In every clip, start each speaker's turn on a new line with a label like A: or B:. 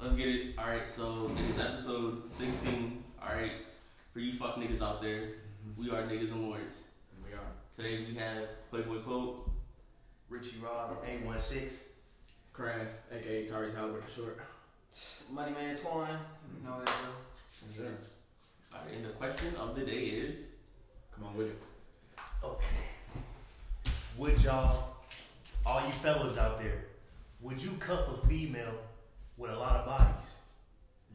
A: All right, so it is episode 16. All right, for you fuck niggas out there, we are niggas and lords.
B: And we are
A: Today we have Playboy Pope,
C: Richie Rob, A16.
B: Craft, aka Tyrese Halliburton for short.
D: Money Man Twine. You know that, bro.
A: All right, and the question of the day is,
B: Come on with it.
C: Okay. Would y'all, all you fellas out there, would you cuff a female with a lot of bodies?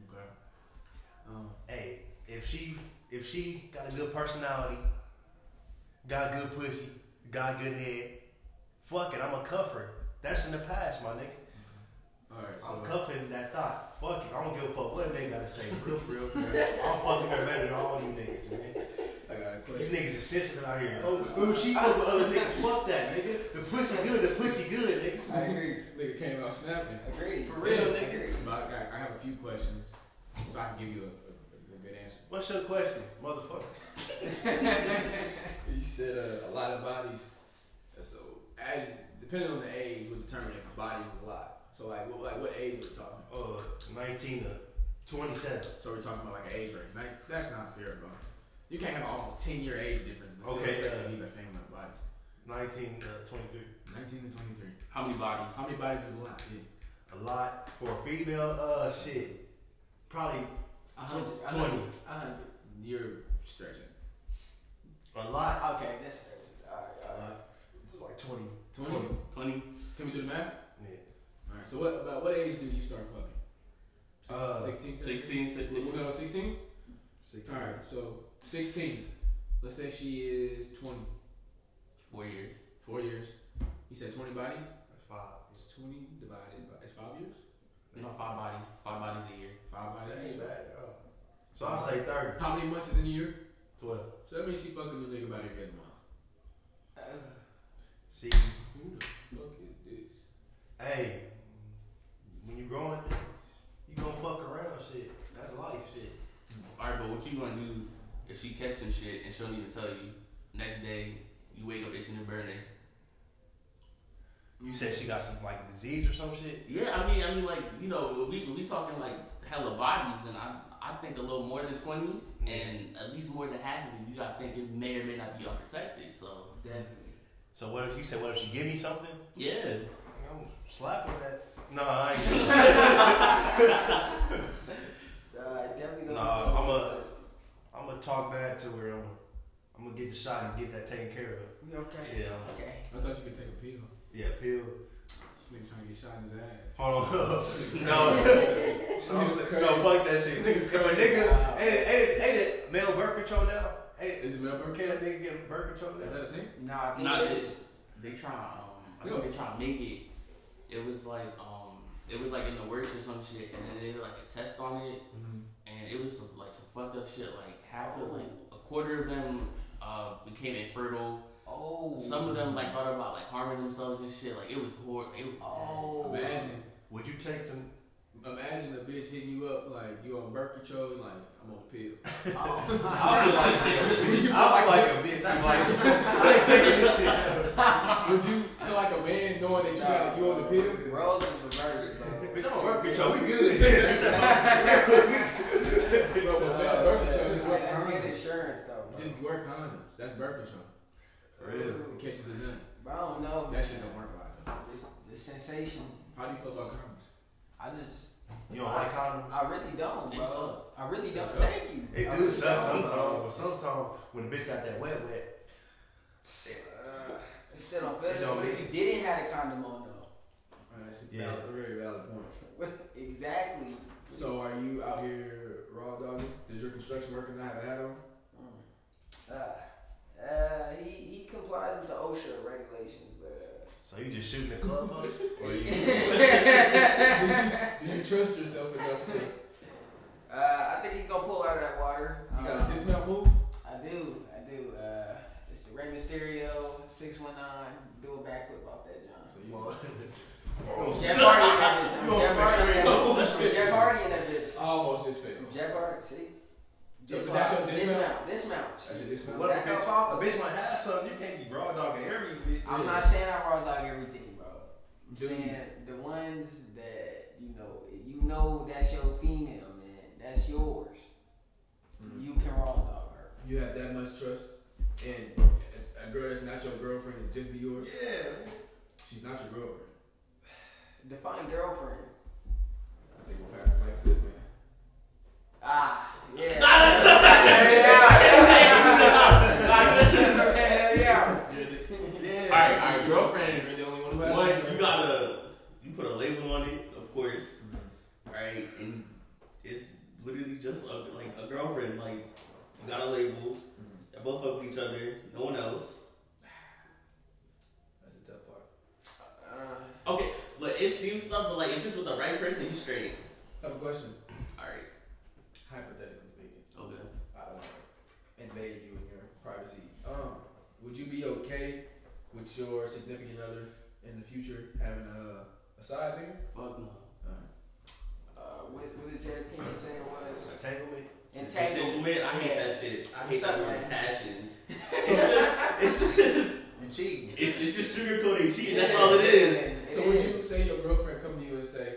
B: Okay. Um,
C: Hey, if she if she got a good personality, got good pussy, got good head, fuck it, I'ma cuff her. That's in the past, my nigga.
B: all right, so
C: I'm cuffing that thought. Fuck it, I don't give a fuck what a nigga gotta say. Real, for real. man. I'm fucking her better than all you niggas, man.
B: I got a
C: These
B: question.
C: niggas is sensitive out here. Oh, oh she fuck with other niggas. Fuck that, nigga. The pussy good. The pussy good, nigga.
D: I agree.
B: Nigga came out snapping.
D: Agreed.
C: For real, nigga.
D: Agreed.
B: But I, got, I have a few questions, so I can give you a, a, a good answer.
C: What's your question, motherfucker?
B: You said uh, a lot of bodies. uh, So as depending on the age, would determine if a body's a lot. So like, what, like what age we're talking?
C: Uh, 19 to 27.
B: So we're talking about like an age range. Like, that's not fair, bro. You can't have an almost ten year age difference, but still
C: Okay,
B: expect to
C: uh,
B: be the same amount of bodies.
C: 19 to 23.
B: Nineteen to twenty three.
A: how many bodies?
B: How many bodies is a lot?
C: A
B: Yeah.
C: lot for a female. Uh, shit. Probably
D: A hundred.
C: tw-
D: a
C: 20.
D: hundred, A hundred.
B: You're stretching.
C: A lot.
D: Okay, that's all right, all right.
C: It was like 20.
B: 20.
A: 20?
B: Can we do the math?
C: Yeah.
B: Alright, so what about what age do you start fucking?
C: Uh,
B: 16, 16.
A: 16? 16?
B: We're going with 16?
C: 16.
B: Alright, so 16. Let's say she is 20,
A: Four years.
B: four years. You said 20 bodies?
C: That's five.
B: It's 20 divided by, it's five years?
A: No, five bodies. Five bodies a year.
B: Five bodies.
C: That
B: a
C: ain't
B: year.
C: bad at all. So I'll say 30.
B: How many months is in a year?
C: 12.
B: So that means she fucking new nigga about every other month.
D: Uh,
C: See,
B: Who the fuck is this?
C: hey, when you growing, you gonna fuck around shit. That's life shit.
A: All right, but what you gonna do if she catch some shit and she don't even tell you? Next day, you wake up itching and burning.
C: You said she got some like a disease or some shit.
A: Yeah, I mean, I mean, like you know, we we talking like hella bodies, and I I think a little more than twenty, and at least more than half of it, you gotta think it may or may not be unprotected. So
D: definitely.
C: So what if you said what if she give me something?
A: yeah,
C: I'm slapping that. No, I ain't. gonna-
D: Uh, definitely gonna
C: Nah,
D: be-
C: I'm a- I'm gonna talk bad to her. I'm gonna, I'm gonna get the shot and get that taken care of.
D: You okay?
C: Yeah, I'm-
D: Okay.
B: I thought you could take a pill.
C: yeah, pill.
B: This nigga trying to get shot in his ass.
C: Hold on. no, So I'm saying- no, fuck that shit. If a nigga ain't ain't ain't it male birth control now? Ain't
B: Is it male birth?
C: can a nigga get birth control
B: Is
C: now?
B: that a thing?
D: Nah, I think
A: not
D: it
A: it.
D: is.
A: They try. Um, I think they try to make it. It was like um, it was like in the works or some shit, and then they did like a test on it,
D: Mm-hmm.
A: and it was some, like some fucked up shit. Like half of like a quarter of them uh became infertile.
D: Oh.
A: Some of them like thought about like harming themselves and shit. Like it was horrible. It was
D: Oh.
B: Imagine.
C: Would you take some?
B: Imagine a bitch hitting you up like you on birth control and like I'm on the pill.
D: Oh.
C: I would like that. I would like a bitch. I'm like, I ain't taking this shit.
B: Would you feel like a man knowing that you got you on the pill?
D: Roles is reversed, bro.
C: Bitch, I'm on birth control. We good. Bitch, I'm on-
B: Bro, but
D: Uh,
B: man, birth control is work
D: That's good
B: condoms.
D: insurance, though. Bro.
B: Just wear condoms. That's birth control.
C: Real.
B: It catches the nut.
D: Bro, I don't know.
B: That shit don't work a lot though.
D: This the sensation.
B: How do you feel about condoms?
D: I just,
C: You don't like condoms?
D: I really don't,
A: They
D: bro. I really don't.
B: They suck.
D: Thank you.
C: It
D: I
C: do
D: really
C: suck
D: don't,
C: sometimes,
D: bro.
C: but sometimes when the bitch got that wet wet,
D: Uh, it still don't feel
C: It
D: the
C: don't
D: same. But if you didn't have a condom on though.
B: Uh, that's a
C: Yeah.
B: valid, a very valid point.
D: exactly.
B: So are you out here raw dogging? Does your construction worker not have a hat on?
D: Mm. Uh, uh, he he complies with the OSHA regulations, but
C: so you just shooting the club up? Or you,
B: Do you trust yourself enough to?
D: uh, uh, I think he's gonna pull out of that water.
B: You got a
D: Um,
B: dismount move?
D: I do, I do. Uh, it's the Rey Mysterio six one nine. Do a backflip off that John.
B: So you,
C: well,
D: Jeff Hardy in that bitch.
C: You
D: I'm
C: gonna
D: Jeff Hardy in that
C: smash
D: bitch. I'm Jeff Hardy in that bitch.
B: I almost just failed.
D: I'm Jeff Hardy. See.
B: Yeah, but
D: Dismount.
B: that's your
D: dismount. Dismount.
B: That's a dismount.
C: what if
D: Back
C: a
D: up off
C: bitch,
D: of
C: a bitch might have something? You can't be raw dogging every bitch.
D: I'm
B: Yeah.
D: not saying I raw dog everything, bro. I'm
B: Do you?
D: saying the ones that you know, you know that's your female.
B: Mm-hmm. you have that much trust and a- a girl that's not your girlfriend and just be yours,
C: Yeah,
B: she's not your girlfriend.
D: Define girlfriend.
B: I think we'll pass the mic to this man.
D: Ah, yeah. yeah. yeah.
B: You're the,
C: yeah.
A: All right, all right, girlfriend.
B: you're the only one who has
A: Once
B: it.
A: you gotta, you put a label on it, of course, right? And it's literally just a, like a girlfriend. Like you got a label. They both fuck with each other. No one else.
B: That's the tough part.
D: Uh,
A: Okay, but it seems stuff. But like if it's with the right person, you straight.
B: I have a question.
A: All right.
B: Hypothetically speaking,
A: Okay.
B: I don't want to invade you in your privacy. Um, would you be okay with your significant other in the future having a, a side nigga?
A: Fuck no.
B: Alright.
D: uh, what, what did Jerry Pinkett say it was?
C: Entanglement.
D: Entangled.
A: Entanglement. I hate that shit. I hate that word passion. It's just,
C: You cheating.
A: it's, it's just sugarcoating cheating. That's all it is.
B: So would you say your girlfriend come to you and say,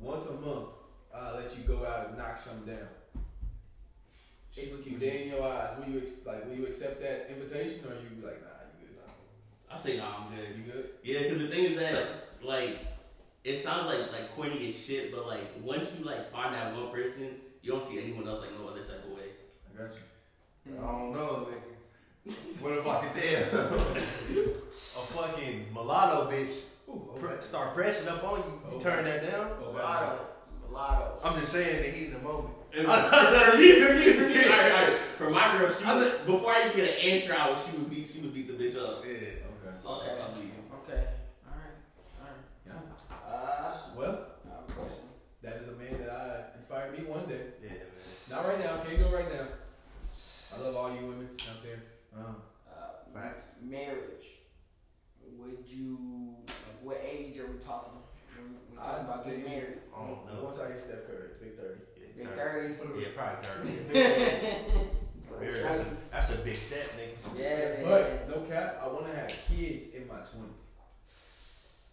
B: once a month, I'll let you go out and knock some down? She look you dead in your eyes. Will you ex- like? Will you accept that invitation, or you be like, nah, you good?
A: I say no. I'm good.
B: You good?
A: Yeah, because the thing is that like it sounds like like corny as shit, but like once you like find that one person, you don't see anyone else like no other type of way.
B: I got you.
C: I don't know, nigga. What if I could tell a fucking mulatto bitch
B: Ooh, okay.
C: pre- start pressing up on you? You turn that down?
B: Oh, wow.
D: Mulatto. Mulatto.
C: I'm just saying the heat of the moment.
A: And for me, for me, for me, all right, all right, for my girl, she
C: I'm
A: would, before I even get an answer out, she would beat she would beat the bitch up.
C: Yeah.
B: Okay.
A: That's all that I'm leaving.
D: Okay. All
B: Yeah.
D: right. All right. Uh,
B: Well,
D: I have a question.
B: that is a man that uh, inspired me one day.
C: Yeah, man.
B: Not right now. Can't go right now. I love all you women out there. Um,
D: Uh,
C: Facts.
D: Marriage. Would you? Like, what age are we talking? When we- We're
B: I
D: talking about getting
B: think-
D: married.
C: I don't know.
B: Once I get Steph Curry, big thirty.
D: Big thirty.
C: Yeah, probably 30. Very- That's a,
D: yeah,
C: that's a big step, nigga.
D: man.
B: But no cap, I want to have kids in my twenties.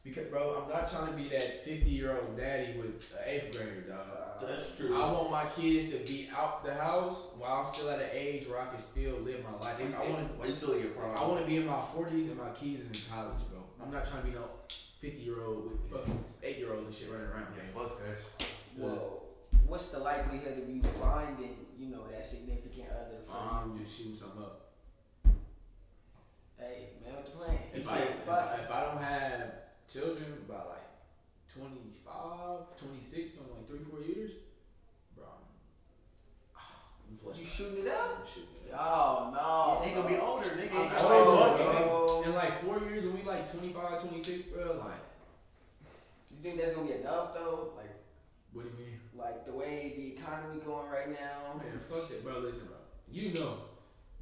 B: Because, bro, I'm not trying to be that 50 year old daddy with an eighth grader, dog.
A: That's
B: I want my kids to be out the house while I'm still at an age where I can still live my life. Like, I want,
A: Until your
B: I
A: problem.
B: want to be in my 40s and my kids is in college, bro. I'm not trying to be no 50 year old with fucking eight year olds and shit running around.
C: Yeah,
B: man.
C: fuck that.
D: Well, what's the likelihood of you finding, you know, that significant other? For
B: I'm just shooting something up.
D: you? Hey, man, what the plan?
A: If
B: If
A: I-
B: I, if,
D: Fuck.
B: I, if I don't have children by like 25, 26, only like three, four years, bro, I'm, I'm flushing.
D: You shooting it up?
B: I'm shooting it up.
D: Oh no.
C: They gonna be older, nigga.
D: I'm
B: I
D: old,
B: like
C: Fuck, nigga.
D: bro.
B: In like four years, when we like 25, 26, bro, like,
D: You think that's gonna be enough though? Like,
B: what do you mean?
D: like the way the economy going right
B: Oh,
D: now.
B: man, fuck that, bro. Listen, bro. You know,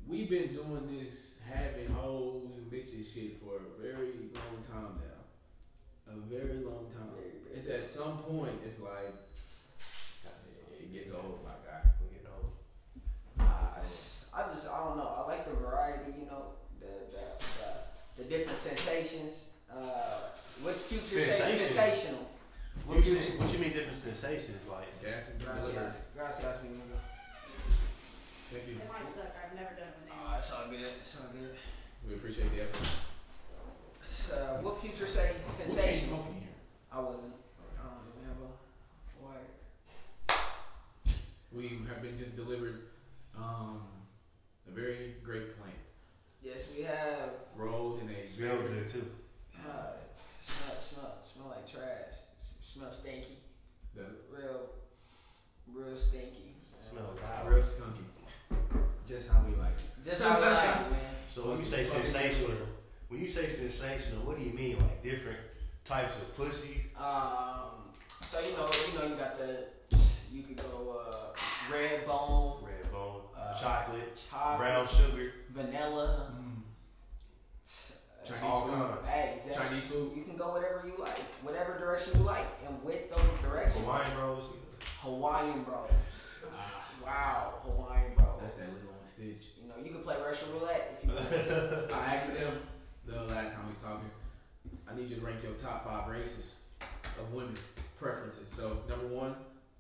B: we've been doing this having hoes and bitches shit for a very long time now. A very long time.
D: Very, very
B: It's at some point, it's like, it gets old, my guy.
C: You know,
D: Ah, I just I don't know. I like the variety, you know, the the, the, the different sensations. Uh, what's future sen-
C: Sensation.
D: sensational?
C: what you, what you mean different sensations? Like,
B: Gas and delivery.
D: Gracias, gracias, mi amigo.
B: Thank you.
E: It might suck. I've never done one
D: Ah, it's all good. It's all good.
B: We appreciate the effort.
D: It's, uh, what future say sensational?
B: smoking here.
D: I wasn't. I don't even have a wire.
B: We have been just delivered um, a very great plant,
D: Yes, we have.
B: rolled in a
C: it's real good too.
D: Uh, smell, smell, smell like trash. S- Smell stinky.
B: The
D: Real, real stinky.
C: Smell loud.
B: real skunky. Just how we like it.
D: Just how we like it, man.
C: So when you say sensational, when you say sensational, what do you mean? Like different types of pussies?
D: Um, so you know, you know, you got the, you could go uh, red bone,
C: Red bone,
D: Uh,
C: chocolate, brown
D: chocolate,
C: sugar,
D: vanilla.
B: Mm, Chinese
C: all
B: food.
C: kinds.
D: Hey, exactly.
B: Chinese food.
D: You can go whatever you like, whatever direction you like, and with those directions,
C: Hawaiian rolls.
D: Hawaiian bro.
B: Ah,
D: Wow, Hawaiian bro.
B: that's that little one stitch.
D: You know, you can play Russian roulette if you want.
B: I asked them the last time we was talking. I need you to rank your top five races of women preferences. So number one,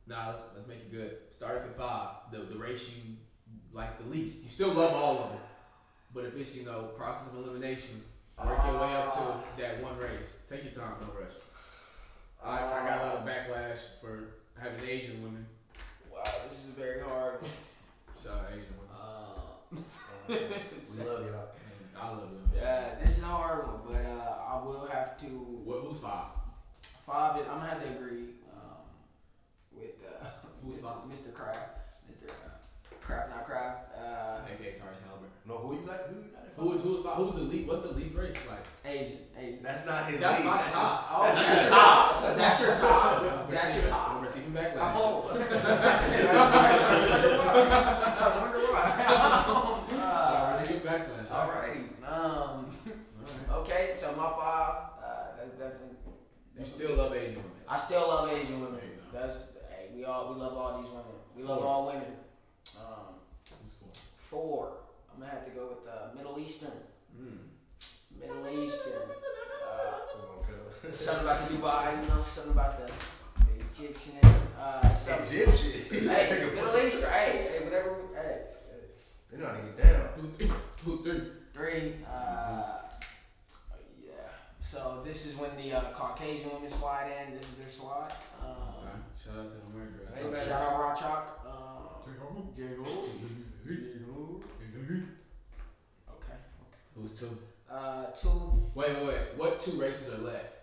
B: nah, let's, let's make it good. Start off at five. The the race you like the least. You still love all of them, but if it's you know process of elimination, work your way up to that one race. Take your time, no rush. I, I got a lot of backlash for having Asian women.
D: Wow, this is very hard.
B: Shout out Asian women.
D: Uh,
C: We love y'all.
B: I love them.
D: yeah, this is a hard one, but uh, I will have to
B: What, who's five?
D: Five, is- I'm gonna have to agree um, with uh,
B: Who's
D: Mr.
B: five?
D: Mr. Kraft, Mr. uh, Kraft not Kraft. Uh,
B: AKA Tyrese Halbert.
C: No, who you got? Who you got? it
B: Who
C: from?
B: is who's five? Who's the least? What's the least race like?
D: Asian, Asian.
C: That's not his
B: That's
C: least.
B: my
C: That's
B: top.
D: Oh,
C: That's your
D: top.
B: That's
D: That's your top.
B: We're
D: That's your
B: receiving-
D: top.
B: We're receiving backlash.
D: Oh. I wonder why.
B: We're
D: I wonder
B: receiving backlash.
D: why. Um, Alrighty. Um,
B: Alright.
D: okay, so my five. Uh, that's definitely.
B: You still love Asian women.
D: I still love Asian women.
B: There you go.
D: That's hey, we all we love all these women. We love
B: Four.
D: all women. Um,
B: That's cool.
D: four. I'm gonna have to go with uh, Middle Eastern.
B: Mm.
D: Middle Eastern. Uh,
C: my
D: something about the Dubai, you know, something about the, the Egyptian. Uh,
C: top.
D: something.
C: Egyptian.
D: Hey,
C: Nigga,
D: Middle Eastern. Hey, hey, whatever. we- Hey,
C: They know how to get down.
B: Who three? Who three?
D: three. Uh, yeah. So this is when the uh, Caucasian women slide in. This is their slot.
B: Okay.
D: Um,
B: Shout out to the American girls.
C: Hey, man.
D: shout out Raw Chalk. Um, okay. okay.
B: Who's two?
D: Uh, two.
B: Wait, wait, wait. What two races are left?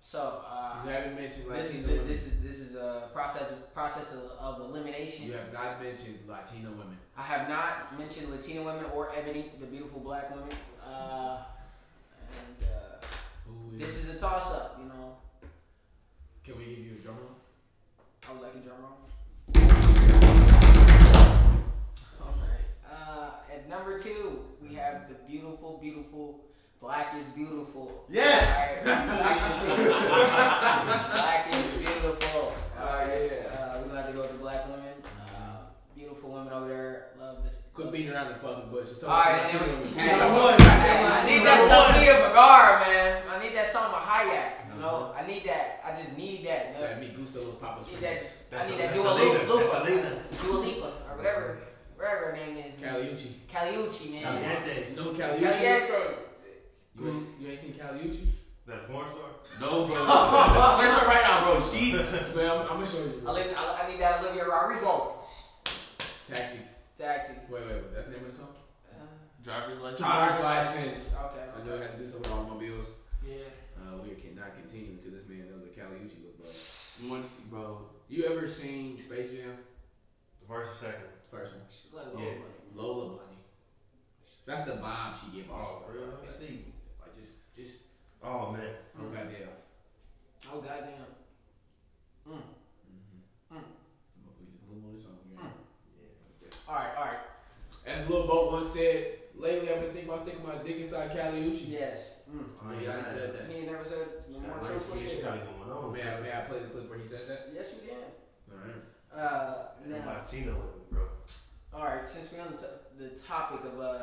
D: So
B: You
D: uh,
B: haven't mentioned Latino
D: this is
B: women.
D: this is this is a process process of, of elimination.
B: You have not mentioned Latino women.
D: I have not mentioned Latina women or Ebony, the beautiful black women. Uh, and uh,
B: Who is?
D: this is a toss up, you know.
B: Can we give you a drum roll?
D: I would like a drum roll. Alright. Uh, at number two, we have the beautiful, beautiful, black is beautiful.
C: Yes.
D: black is beautiful. black is beautiful.
B: Ah, yeah.
D: Uh, we're gonna have to go with the black women. Uh, beautiful women over there. Love this.
B: Quit beating around the fucking bush. It's all
D: Alright,
B: about
D: then
B: Latino
D: we-
B: women.
D: hey.
B: Number one.
D: I need that Sophia Vergara, man. I need that song by Hayek. You know, I need that. I just need that. You know?
B: That me Gusto was Papa's
D: Need
B: friend.
D: that. I
C: That's
D: need
C: a-
D: that
C: that's
D: Dua
C: a leader.
D: Lipa,
C: That's a leader.
D: Dua Lipa, or whatever, whatever her name is. man.
B: Caliucci.
D: Caliucci, man.
C: Caliente.
B: No Caliucci.
D: Caliente.
B: You ain't, you ain't seen Caliucci?
C: That porn star?
A: No, bro. Search her right now, bro. She.
B: Man, I'm, I'm gonna show you.
D: I,
B: Bro.
D: live, I, I need that Olivia Rodrigo.
B: Taxi.
D: Taxi.
B: Wait, wait, wait. That's the name of the song?
D: Uh,
A: Driver's license.
B: Driver's license.
D: okay.
B: I know I had to do something with automobiles.
D: Yeah.
B: Uh, we cannot continue until this man knows what Caliucci look like.
A: Once, bro.
B: You ever seen Space Jam?
C: The first or second?
B: First one.
D: She's like, oh,
B: Yeah.
D: my-
B: Lola Bunny. That's the vibe she give off.
C: Oh, really? Let me see.
B: Like just, just,
C: Oh, man.
B: oh goddamn.
D: oh goddamn. Mm.
B: We Mm-hmm. just move on to something.
D: Mm.
C: Yeah.
D: All right, all right.
B: As Lil Bo once said, lately I've been thinking about sticking my dick inside Caliucci.
D: Yes. Mm.
C: Oh,
B: Yeah, I done said that.
D: He ain't never said no
C: She
D: more
C: got
D: truthful
C: race- she
D: shit.
C: got it going on.
B: May I, may I play the clip where he said that?
D: Yes, you can.
B: All right.
D: Uh,
C: And
D: now,
C: Latino women, bro.
D: all right. Since we're on the, to- the topic of uh,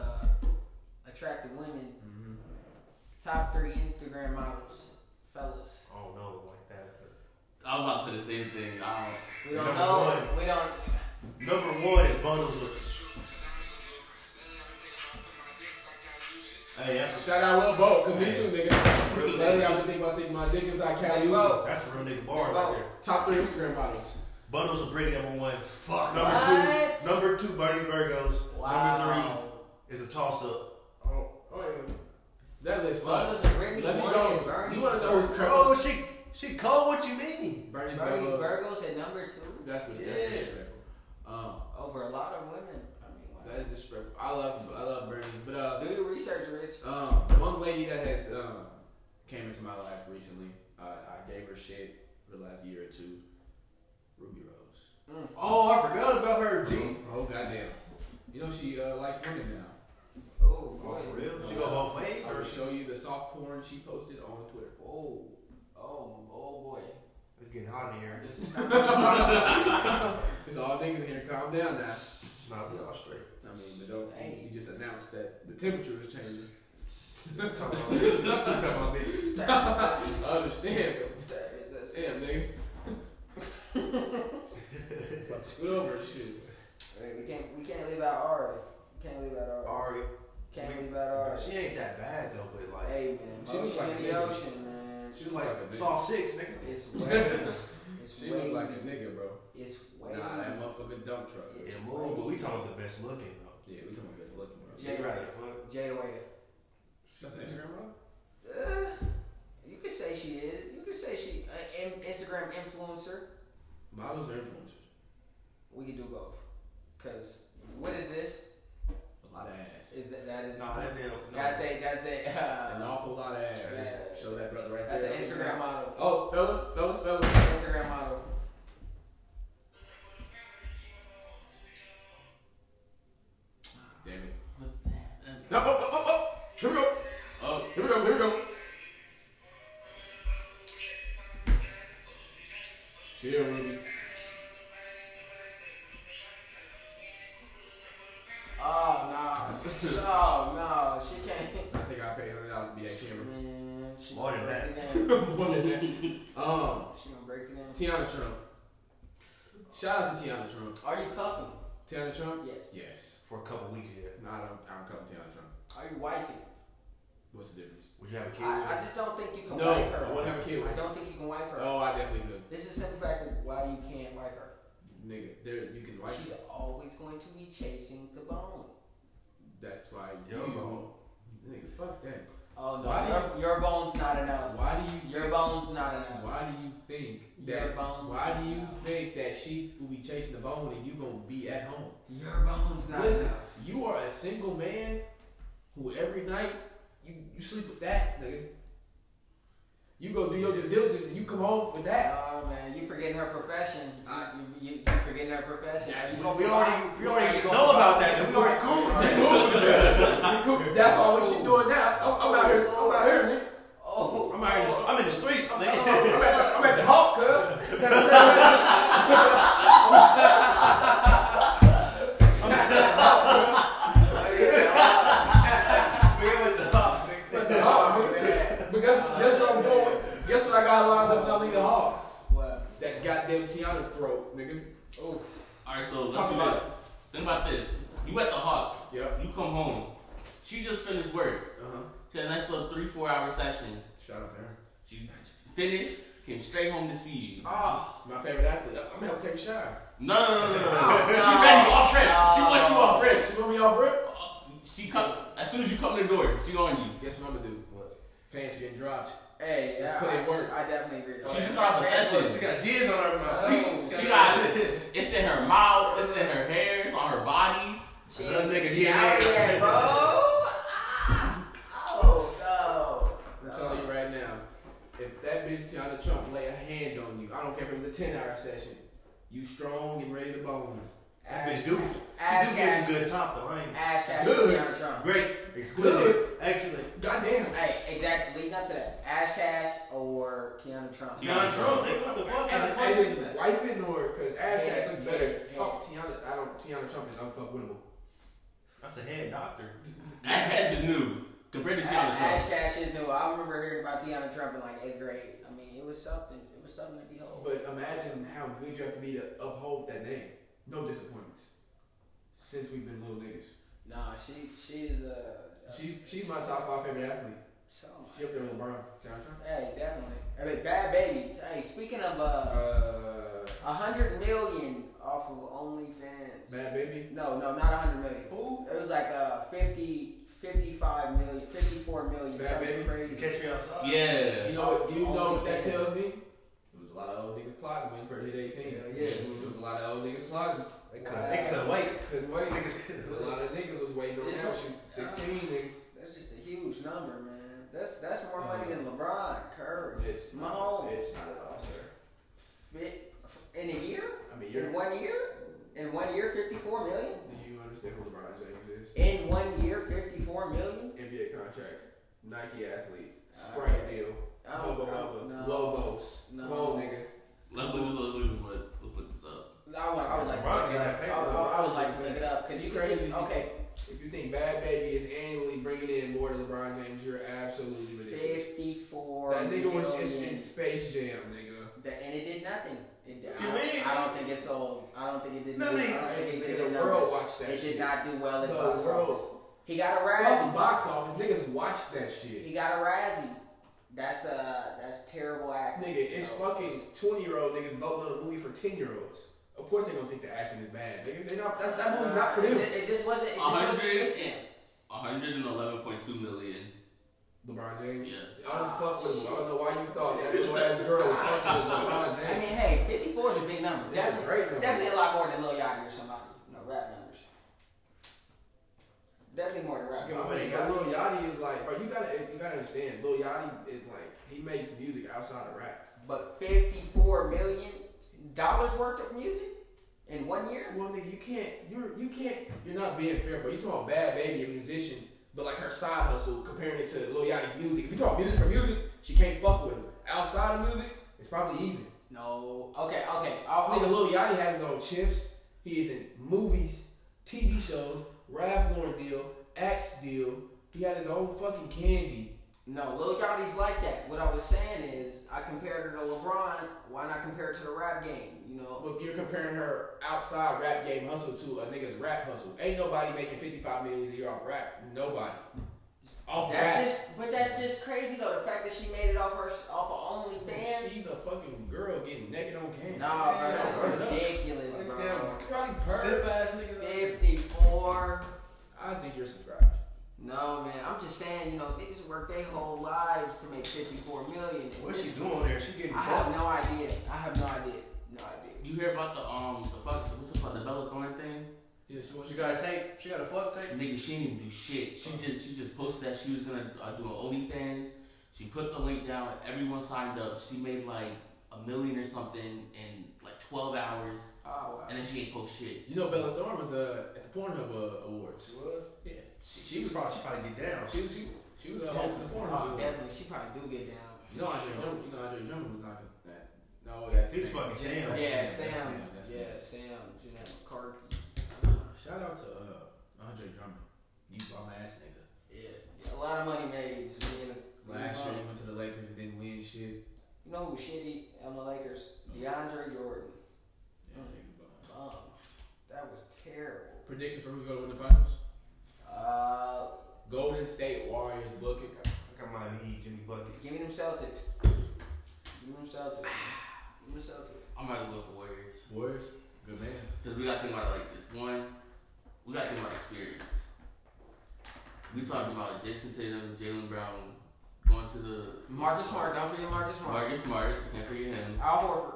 D: attractive women,
B: Mm-hmm.
D: top three Instagram models, fellas.
C: I don't know like that. but-
A: I was about to say the same thing. I was,
D: We don't
C: Number
D: know.
C: one.
D: We don't.
C: Number one is bundles of. Hey, that's
B: Shout out Lil Bo, cause me too, nigga. Lately I've been thinking about sticking my dick inside Caliucci.
C: a, that's a real nigga bar right there.
B: Top three Instagram models.
C: Bundles of Brady number one.
A: fuck.
C: Number
D: What?
C: two, number two, Bernie Burgos. Number
D: Wow.
C: three is a toss up. Oh,
B: That list
D: What
B: sucks.
D: was it? Brittany
B: Let me
D: one
B: go.
D: and Bernie?
B: You wanna know who
C: bro,
B: Colonel
C: Oh, she she cold. What you mean?
B: Bernie's
D: Bernie's
B: Burgos?
D: Virgos at number two
B: That's what that's
C: Yeah.
B: disrespectful. Um,
D: over a lot of women. I mean, wow.
B: that is disrespectful. I love I love Bernie, but uh,
D: Do your research, Rich.
B: Um, one lady that has um, came into my life recently. Uh, I gave her shit for the last year or two. Ruby Rose.
D: Mm.
C: Oh, I forgot about her. G.
B: Oh goddamn! You know she uh, likes women now.
D: Oh,
C: Oh, for
D: boy.
C: real? She go both ways.
B: I
C: Or
B: will
C: she,
B: show you the soft porn she posted on Twitter.
D: Oh, oh, oh, boy.
C: it's getting hot in here.
D: This is not-
B: It's all niggas in here. Calm down now.
C: Nah, we all straight.
B: I mean, but don't.
D: Hey.
B: You just announced that the temperature was changing.
C: We talking about bitches. We talking about bitches.
D: That's-
B: I understand, but
D: that's-
B: damn nigga. Scoot over and shit.
D: Like, we can't we can't leave out Ari. We can't leave out Ari.
C: Ari.
D: Can't
C: we-
D: leave out Ari.
C: She ain't that bad though, but like
D: Hey man,
B: She looks
D: motion
B: like
D: in
B: a
D: the
B: nigga.
D: ocean, man.
C: she like
B: Like a bitch.
C: saw six, nigga.
D: It's way. It's
B: She
D: way.
B: look like a nigga, bro.
D: It's way.
B: Nah, that motherfucker dump truck.
D: Yeah.
C: Yeah, move, but we talking about the best looking though.
B: Yeah, we talking about good looking, bro.
D: Yeah.
C: Jay Ryder, fuck.
D: Jada Waiter.
B: She's on Instagram, bro?
D: Uh, you could say she is. You could say she uh, in, Instagram influencer.
B: Models are influencers.
D: We could do both. Cause what is this?
B: A lot of ass.
D: Is that that is
C: Nah, that damn. No.
D: that's a that's a
B: An
D: uh,
B: awful lot of ass.
D: Yeah.
B: Show that brother right
D: that's
B: there.
D: an Instagram model.
B: Oh, fellas, fellas, fellas.
D: Instagram model.
B: Damn it.
A: What the-
B: No, oh, oh, oh, oh. Here we go. Uh,
A: Oh,
B: Here we go. Here we go. Chill, Ruby.
D: Oh no! oh no! She can't.
B: I think I paid hundred dollars to be that camera.
D: Man, she
C: More
D: gonna
C: than
D: break the game.
B: More than that. Um,
D: She gonna break the game.
B: Tiana Trump. Shout out to Tiana Trump.
D: Are you cuffing?
B: Tiana Trump.
D: Yes.
B: Yes.
C: for a couple weeks there.
B: No, I don't. I don't come Tiana Trump.
D: Are you wifing?
B: What's the difference?
C: Would you have a kid?
D: I, I
C: with
D: just don't think you can
B: No,
D: wife her.
B: I wouldn't have a kid with
D: I
B: her.
D: don't think you can wife her.
B: Oh, I definitely could.
D: This is simple fact of why you can't wife her.
B: Nigga, there you can like.
D: She's always going to be chasing the bone.
B: That's why you.
C: Yo, bro.
B: Nigga, fuck that.
D: Oh
B: Why
D: no, your, your bone's not enough.
B: Why do you?
D: Your bone's not enough.
B: Why do you think
D: Your
B: that?
D: bones.
B: Why do you think that she will be chasing the bone and you gonna be at home?
D: Your bone's not
B: Listen,
D: enough.
B: you are a single man who every night you, you sleep with that nigga. You go do your due diligence and you come home for that.
D: Oh man, you forgetting her profession.
B: I-
D: you, you, you forgetting her profession.
B: Yeah,
D: Are you
B: we
D: gonna
C: We
D: be
C: already
D: wife?
C: we already
D: Are you
C: know
D: gonna
C: about
D: be
C: that.
D: wife?
C: though. We already cool.
D: Are you-
B: That's all what she doing now. I'm, I'm out here. I'm out here, nigga.
D: Oh,
C: I'm out here. I'm in the streets, nigga.
B: I'm at the, I'm at the Hulk, cuz. I'm at the Hulk, nigga. But guess, guess what I'm doing? Guess what I got lined up when I leave the Hulk?
D: What?
B: That goddamn Tiana throat, nigga.
D: Oof.
A: all right. So let's
B: Talk
A: do
B: about
A: this.
B: it.
A: Think about this. You at the Hawk.
B: Yep.
A: You come home. She just finished work.
B: Uh huh.
A: She had a nice little three, four hour session.
B: Shout out to her.
A: She finished, came straight home to see you.
D: Oh,
B: My favorite athlete. I'm gonna help take a shower.
A: No, no, no, no, no. no. she ready. She all fresh. She wants you all fresh.
B: She want me off rip?
A: She come as soon as you come to the door. She on you.
B: Guess what I'm gonna do? What? Pants getting dropped.
D: hey,
B: Let's
D: yeah,
B: put in
D: I,
B: work.
D: I definitely agree.
A: She just got off a
C: She
A: session.
C: got jizz on her. My
A: She, she got it's in her mouth. It's in her hair. It's on her body.
D: She
C: Another
D: ain't
C: nigga
D: she
C: get
D: out
C: mad.
D: yet, bro. Ah. Oh
B: I'm telling you right now, if that bitch Tiana Trump lay a hand on you, I don't care if it was a 10 hour session, you strong and ready to bone.
D: no.
C: That bitch
D: Ash-
C: do. She
D: Ash
C: do get some
D: Cassidy.
C: good top though. I ain't.
D: Ash Cassidy,
C: Good.
D: Tiana Trump.
C: Great. Exquisite. Excellent.
B: Goddamn.
D: Hey, exactly. Leading up to that, Ash Cash or Keanu Trump.
C: John Trump. nigga, What the fuck?
D: As
C: is
D: a
C: it?
B: As in wiping or because ass
D: Yeah,
B: got some
D: yeah,
B: better.
D: yeah.
B: Oh, Tiana, I don't. Tiana Trump is unfuckwinnable.
C: That's the head doctor.
A: That's that's just new compared to
D: Ash,
A: Tiana Trump.
D: Ash Cash is new. I remember hearing about Tiana Trump in like eighth grade. I mean, it was something. It was something to behold.
B: But imagine how good you have to be to uphold that name. No disappointments. Since we've been little niggas,
D: Nah, she she is a.
B: she's she's my top five favorite athlete.
D: So
B: She up there with LeBron. Tiana Trump.
D: hey, definitely. I mean, Bad Baby. Hey, speaking of uh,
B: Uh,
D: a hundred million off of OnlyFans.
B: Bad Baby.
D: No, no, not a hundred million.
C: Who?
D: It was like uh 50, 55 million, 54 million,
B: Bad
D: something
B: Baby?
C: You
D: crazy.
C: catch me outside.
B: You
A: Yeah.
B: know what? You know what that tells me? It was a lot of old niggas plotting when you first hit 18.
C: Hell yeah.
B: It was a lot of old niggas plotting.
C: They couldn't. They couldn't wait.
B: Couldn't wait.
C: Niggas
B: A
C: couldn't wait.
B: lot of niggas was waiting on
D: Yeah.
B: that shoot. 16, nigga.
D: That's just a huge number, man. That's that's more money than LeBron, Curry,
B: It's not,
D: Mahomes.
B: It's not at all, sir.
D: Fit in a year?
B: I mean, you're.
D: In one year? In one year, fifty-four million.
B: Do you understand who LeBron James is?
D: In one year, fifty-four million.
B: NBA contract, Nike athlete, Sprite deal,
D: I
B: blah,
D: don't-
B: blah,
D: I
B: blah,
D: don't-
B: blah.
D: no.
B: Lobos.
D: No.
B: Come on, nigga.
A: Let's look this up. Let's look this up. Let's look this up.
D: I would, I would like to
C: LeBron
D: look it
C: get that
D: up.
C: paper,
D: I would, I would like to
B: man.
D: look it up because you
B: Crazy.
D: can. Okay,
B: If you think Bad Baby is annually bringing in more than LeBron James, you're absolutely ridiculous.
D: fifty-four
B: That nigga was just
D: million.
B: in Space Jam, nigga.
D: That- and it did nothing. It,
C: What you
D: I,
C: mean?
D: I don't think it sold. I don't think it did.
C: No,
D: do,
C: no,
D: I don't think it did
B: the
D: numbers.
B: world watched that
D: It
B: shit.
D: did not do well at
B: The
D: box
B: world.
D: office. He got a
B: Fuck
D: Razzie.
B: box office, niggas watch that shit.
D: He got a Razzie. That's uh, that's terrible acting.
B: Nigga, it's fucking twenty year old niggas voting on a movie for ten year olds. Of course they gonna think the acting is bad. Nigga, they not that's that movie's not for
D: it,
B: them.
D: just, it just wasn't. It just wasn't
A: 100
D: fiction.
A: and eleven point two million.
B: LeBron James.
A: Yes.
B: I don't fuck with him. I don't know why you thought that little ass girl was fucking with LeBron
D: I mean,
B: James.
D: hey, 54 is a big number.
B: It's a
D: definitely,
B: great number.
D: definitely a lot more than Lil Yachty or somebody. No rap numbers. Definitely more than rap.
B: I
D: numbers.
B: mean, but Lil Yachty is like, bro, you gotta you gotta understand. Lil Yachty is like he makes music outside of rap.
D: But 54 million dollars worth of music in one year.
B: Well, nigga, you can't you're you can't you're not being fair, bro. You talking about Bad Baby, a musician, but like her side hustle, comparing it to Lil Yachty's music. If you talk music for music, she can't fuck with him. Outside of music, it's probably even.
D: No. Okay. Okay. I'll,
B: Nigga,
D: I'll,
B: Lil Yachty has his own chips. He is in movies, TV shows, Ralph Lauren deal, Axe deal. He had his own fucking candy.
D: no. Lil Yachty's like that. What I was saying is, I compared her to LeBron. Why not compare it to the rap game? You know.
B: But you're comparing her outside rap game hustle to a nigga's rap hustle. Ain't nobody making 55 million a year off rap. Nobody. Off
D: That's
B: Oh, rap.
D: just, but that's just crazy though. The fact that she made it off her off of
B: She's
D: OnlyFans.
B: a fucking girl getting naked on camera.
D: Nah, bro, that's
B: Run it up.
D: ridiculous,
B: Look at
D: bro.
B: them. Look at all these
C: Simp
B: pervs.
C: ass niggas. out there.
D: Fifty-four.
B: I think you're subscribed.
D: No, man. I'm just saying, you know, niggas work their whole lives to make fifty-four million.
C: What's she doing there? She getting
D: I have
C: fucked.
D: no idea. I have no idea. No idea.
A: You hear about the um the fuck what's it called the Bella Thorne thing?
B: Yeah, she wants
C: She got a tape. She got a fuck tape.
A: Nigga, she didn't even do shit. She just she just posted that she was gonna uh, do an OnlyFans. She put the link down. Everyone signed up. She made like a million or something in like twelve hours,
D: Oh wow.
A: and then she ain't post shit.
B: You know, Bella Thorne was uh, at the Pornhub uh, Awards. Yeah.
C: She, she was probably she probably get down.
B: She was she, she was uh, hosting
D: Definitely.
B: the Pornhub
D: Oh,
B: Awards.
D: definitely. She probably do get down.
B: You know, Andre Drummond, you know, Andre Drummond was knocking that. No, that's
C: He's
B: Sam.
C: fucking Sam.
B: That's Sam.
D: yeah, Sam.
B: That's Sam. That's Sam.
D: yeah, Sam. Janelle McCarthy.
B: Shout out to uh, Andre Drummond. You bum ass nigga.
D: Yeah. yeah. A lot of money made. Just being a-
B: Last year you went to the Lakers and didn't win shit.
D: You know who was shitty on the Lakers? DeAndre Jordan.
B: Yeah, niggas bum.
D: Um, that was terrible.
B: Prediction for who's gonna win the finals?
D: Uh,
B: Golden State Warriors book it.
C: I got mine. He Jimmy buckets.
D: give me them Celtics. Give me them Celtics. Give me them Celtics.
A: I'm about to go with the Warriors
B: Warriors, good man.
A: because we got to think about it like this. One, we got to think about experience. We talking about Jason Tatum, Jalen Brown going to the
D: Marcus Smart. Don't forget Marcus Smart.
A: Marcus Smart. Can't forget him.
D: Al Horford.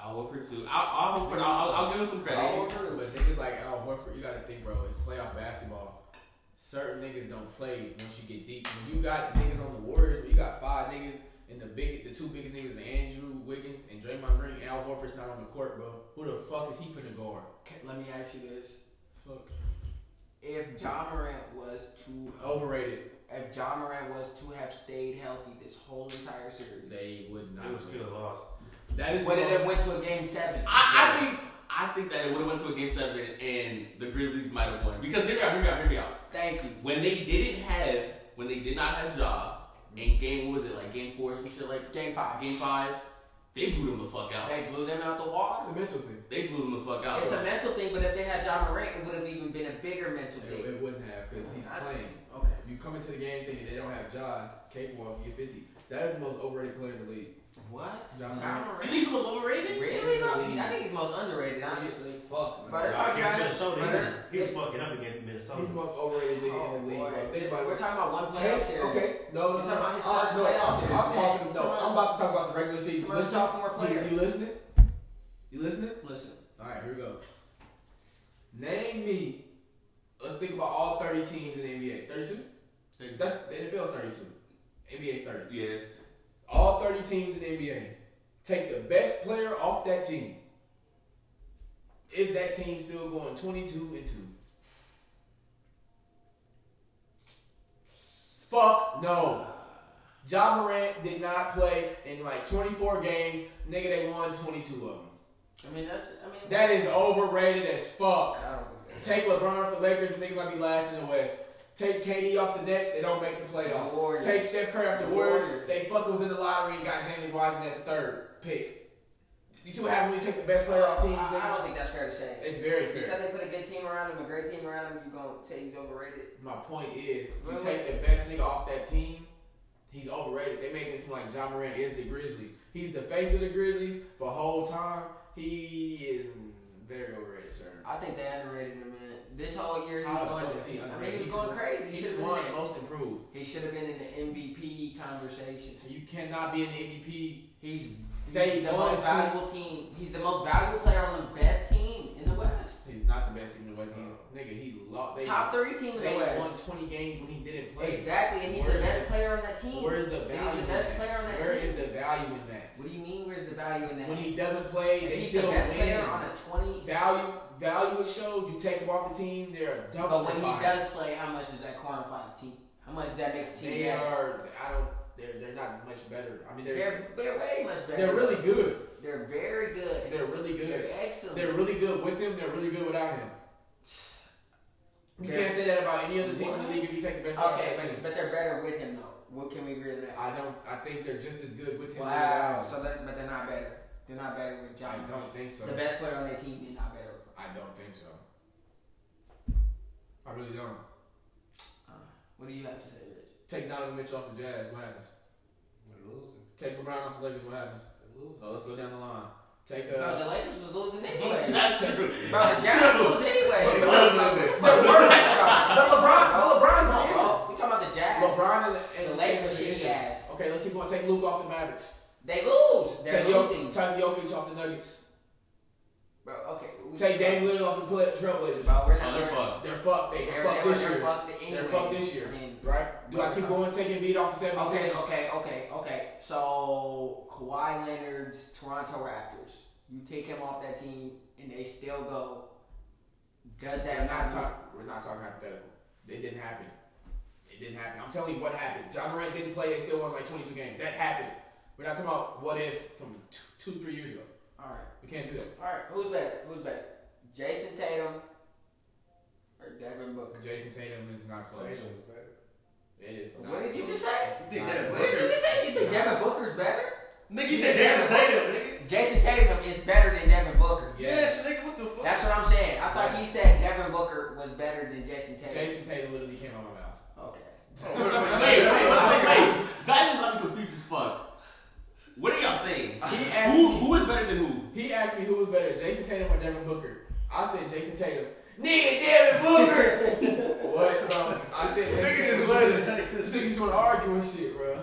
A: Al Horford too. Al, Al Horford. I'll, I'll, I'll give him some credit.
D: Al
B: But
D: Horford.
B: niggas like Al Horford, you gotta think, bro. It's playoff basketball. Certain niggas don't play once you get deep. When you got niggas on the Warriors, when you got five niggas, and the big, the two biggest niggas, is Andrew Wiggins and Draymond Green. Al Horford's not on the court, bro. Who the fuck is he finna guard?
D: Okay, Let me ask you this:
B: Fuck.
D: If John Morant was to
B: Overrated.
D: if John Morant was to have stayed healthy this whole entire series,
B: They would not.
C: It was
B: win.
C: still a loss.
B: That is
D: would it
B: the
D: have went to a game seven?
A: I, I think I think that it would have went to a game seven and the Grizzlies might have won. Because hear me out, hear me out, hear me out.
D: Thank you.
A: When they didn't have when they did not have Ja in game what was it, like game four or some shit like
D: Game five.
A: game five, they blew them the fuck out.
D: They blew them out the water.
B: It's a mental thing.
A: They blew them the fuck out.
D: It's a mental thing, but if they had John Morant, it would have even been a bigger mental
B: It,
D: thing.
B: it wouldn't have because he's playing.
D: Okay.
B: You come into the game thinking they don't have Jaws, Cakewalk, get 50. That is the most overrated player in the league.
D: What?
B: John
A: you think it was overrated?
D: Really? No, I think he's most underrated,
B: He's
D: honestly.
B: fuck,
D: By the
B: man.
D: time
C: Against
D: guys-
C: Minnesota,
D: by
C: he was-
D: the-
C: he was fucking up against Minnesota.
B: He's the most overrated nigga
D: Oh,
B: in the league.
D: boy.
B: Bro. Think about
D: We're
B: it.
D: talking about one playoff
B: Tatum-
D: series.
B: okay, no,
D: You're
B: no,
D: talking about his
B: uh,
D: first
B: no,
D: playoff
B: I'm,
D: series.
B: I'm talking. No,
D: Come on.
B: I'm about to talk about the regular season.
D: Come on,
B: Listen,
D: sophomore
B: you-
D: players.
B: You, listening? You listening?
D: Listen,
B: All right, here we go. Name me. Let's think about all 30 teams in the NBA. 32? That's the NFL's 32. NBA's 30.
A: Yeah.
B: all 30 teams in the NBA, take the best player off that team. Is that team still going 22 and 2? Fuck no. Ja Morant did not play in like 24 games. Nigga, they won 22 of them.
D: I mean that's. I mean
B: That is overrated as fuck.
D: I don't think that's.
B: Take LeBron off the Lakers, and niggas might be last in the West. Take KD off the Nets, they don't make the playoffs.
D: The Warriors.
B: Take Steph Curry off the
D: The
B: Warriors,
D: Warriors.
B: they fucking was in the lottery and got James Wiseman at the third pick. You see what happens when you take the best player off teams?
D: I, I
B: nigga?
D: don't think that's fair to say.
B: It's very
D: because
B: fair.
D: they put a good team around him, a great team around him, you gonna say he's overrated?
B: My point is, you
D: Really?
B: take the best nigga off that team, he's overrated. They making it seem like John Moran is the Grizzlies. He's the face of the Grizzlies, but whole time he is very overrated, sir.
D: I think they underrated him, man. This whole year he
B: How
D: was
B: the
D: going.
B: fuck is he
D: I mean,
B: underrated?
D: he was going crazy. He
B: He
D: should
B: just
D: have
B: won
D: been.
B: Most Improved.
D: In, he should have been in the MVP conversation.
B: You cannot be an MVP.
D: He's, he's
B: They
D: the
B: want
D: most
B: to-
D: valuable team. He's the most valuable player on the best team in the West.
B: He's not the best team in the West. He's, nigga, he lost. They,
D: Uh, Top three team in
B: they
D: the
B: won
D: West.
B: 20 games when he didn't play.
D: Exactly, and he's
B: Where
D: the
B: is
D: best
B: it?
D: player on that team.
B: Where's the
D: And
B: value?
D: He's the best
B: in
D: player on
B: that?
D: that
B: Where
D: team.
B: is the value in that?
D: What do you mean? Where's the value in that?
B: When he doesn't play,
D: If
B: they
D: he's
B: still
D: the best
B: win.
D: player on a twenty.
B: value value is showed. You take him off the team, they're a dumpster
D: But when he
B: fire.
D: does play, how much does that quantify the team? How much does that make the team?
B: they
D: better?
B: are. I don't. They're they're not much better. I mean, they're they're,
D: They're, they're way much better.
B: really good.
D: They're very good.
B: They're really
D: They're
B: good.
D: excellent.
B: They're really good with him. They're really good without him. You can't say that about any other team in
D: What?
B: the league if you take the best player.
D: okay,
B: off the
D: but,
B: team.
D: but they're better with him though. What can we agree on that?
B: I don't. I think they're just as good with him.
D: wow.
B: as
D: So that, but they're not better. They're not better with
B: without
D: John.
B: him. I don't think so.
D: The best player on their team is not better.
B: I don't think so. I really don't.
D: Uh, what do you have to say, Rich?
B: Take Donovan Mitchell off the Jazz. What happens?
C: They're losing.
B: Take LeBron off the Lakers. What happens?
C: They're losing.
B: So let's go down the line. Take uh,
D: Bro, the Lakers was losing anyway.
A: That's true.
D: Bro, the Jazz was losing anyway.
C: They
D: They're
C: love
D: worse,
C: losing.
D: bro.
B: But LeBron, but LeBron's
D: Come on,
B: not
D: bro. We talking about the Jazz.
B: LeBron and the, and
D: oh, The Lakers
B: and the-
D: shitty ass.
B: Okay, let's keep going. Take Luke off the Mavericks.
D: They lose. They're
B: Take
D: losing.
B: Jokic, take Jokic off the Nuggets.
D: Bro, okay. we-
B: Take Dame Lillard off the Pla- Trailblazers.
D: Bro, we're
A: Oh,
D: not
A: they're
D: we're-
A: fucked.
B: They're fucked. They,
D: They're,
B: are fucked
D: they're,
B: this
D: they're
B: year.
D: fucked anyway.
B: They're fucked this year.
D: I mean,
B: Right? Do I keep going? Take Embiid off the 76ers.
D: okay, okay, okay, okay. So Kawhi Leonard's Toronto Raptors. You take him off that team, and they still go. Does
B: We're
D: that
B: not,
D: matter?
B: talk, we're not talking hypothetical. It didn't happen. It didn't happen. I'm telling you what happened. John Morant didn't play. They still won like 22 games. That happened. We're not talking about what if from two, two three years ago.
D: All right,
B: We can't do that.
D: all right. Who's better? Who's better? Jason Tatum or Devin Booker?
B: Jason Tatum is not close.
C: Tatum's better.
B: It is not.
D: What did you just say?
C: You think Devin
D: What did you
C: Booker?
D: just say? You think Devin Booker's better?
C: Nigga, you said Jason Tatum, nigga.
D: Jason Tatum is better than Devin Booker.
C: Yes, nigga, what the fuck?
D: That's what I'm saying. I thought he said Devin Booker was better than Jason Tatum.
B: Jason Tatum literally came out of my mouth.
D: Okay.
C: Oh, where the fuck-
A: Wait, wait,
C: Nigga,
A: wait, wait. That is I'm confused as fuck. What are y'all saying?
B: He asked
A: Who
B: me-
A: who is better than who?
B: He asked me who was better, Jason Tatum or Devin Booker. I said Jason Tatum. Nigga, Devin Booker. what, bro? I said
C: Nigga
B: Jason
C: just
B: Tatum.
C: let it-
B: This nigga just want to argue and shit, bro.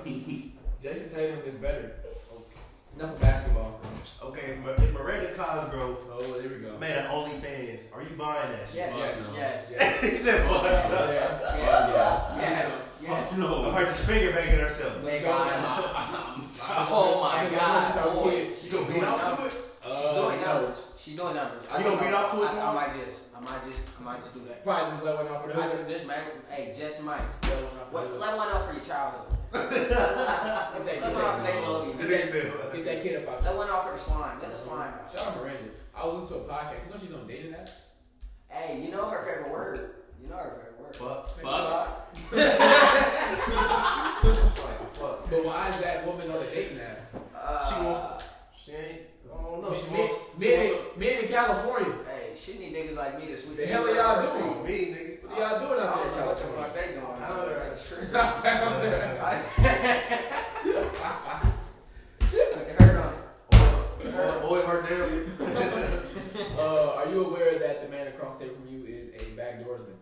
B: Jason Tatum is better. Enough of basketball.
C: Okay, if Mir- if Miranda Cosgrove
B: Oh, there we go.
C: made an OnlyFans, are you buying that shit?
D: Yes.
A: Yes.
D: Yes. Yes.
C: he said,
B: Yes,
C: "Fuck."
B: yes,
D: Yes.
B: yes.
D: Yes. yes.
A: Fuck no.
C: I hurt his finger making herself.
D: Wait,
B: Go.
D: God. Oh my God.
B: I'm a
D: boy.
B: kid.
C: You
D: She's
C: gonna
D: doing
C: beat off to
D: numbers.
C: it?
D: She's doing
B: Uh,
D: numbers. She's doing numbers. I
C: You
D: don't
C: gonna beat
D: know.
C: off to it,
D: I- I
C: Tom?
D: might just. I might just. I might just do that.
B: Probably just let one off for the
D: I
B: hood.
D: just this man. Hey, just might.
B: Let one off for
D: What?
B: the hood.
D: Let one out for your childhood.
B: Get
D: Let
B: that-
D: one out for
B: get that-
D: Nickelodeon.
C: The nigga said,
B: Get
C: "Fuck."
B: that kid up out
D: Let one out for the slime. Let the slime out.
B: Shout out Miranda. I was into a podcast. You know she's on dating apps?
D: Hey, you know her favorite word. You know her favorite word.
C: Fuck.
A: Fuck.
C: Like, fuck.
B: But why is that woman on the dating app?
D: Uh,
C: She wants- She ain't, I don't know, she
B: men,
C: wants, she
B: men,
C: wants
B: men in California.
D: Hey, she need niggas like me to sweep.
B: The
D: shit
B: hell are
D: away
B: y'all
D: from her
B: doing?
C: some-
D: feet.
C: me, nigga.
B: What are y'all doing
D: I
B: out there
D: don't
B: in
D: know what the fuck
B: California?
D: they doing.
C: I don't know.
D: That's true. I- Put the hurt on it.
C: Or, or, or her damn.
B: Uh, are you aware that the man across the table from you is a backdoorsman?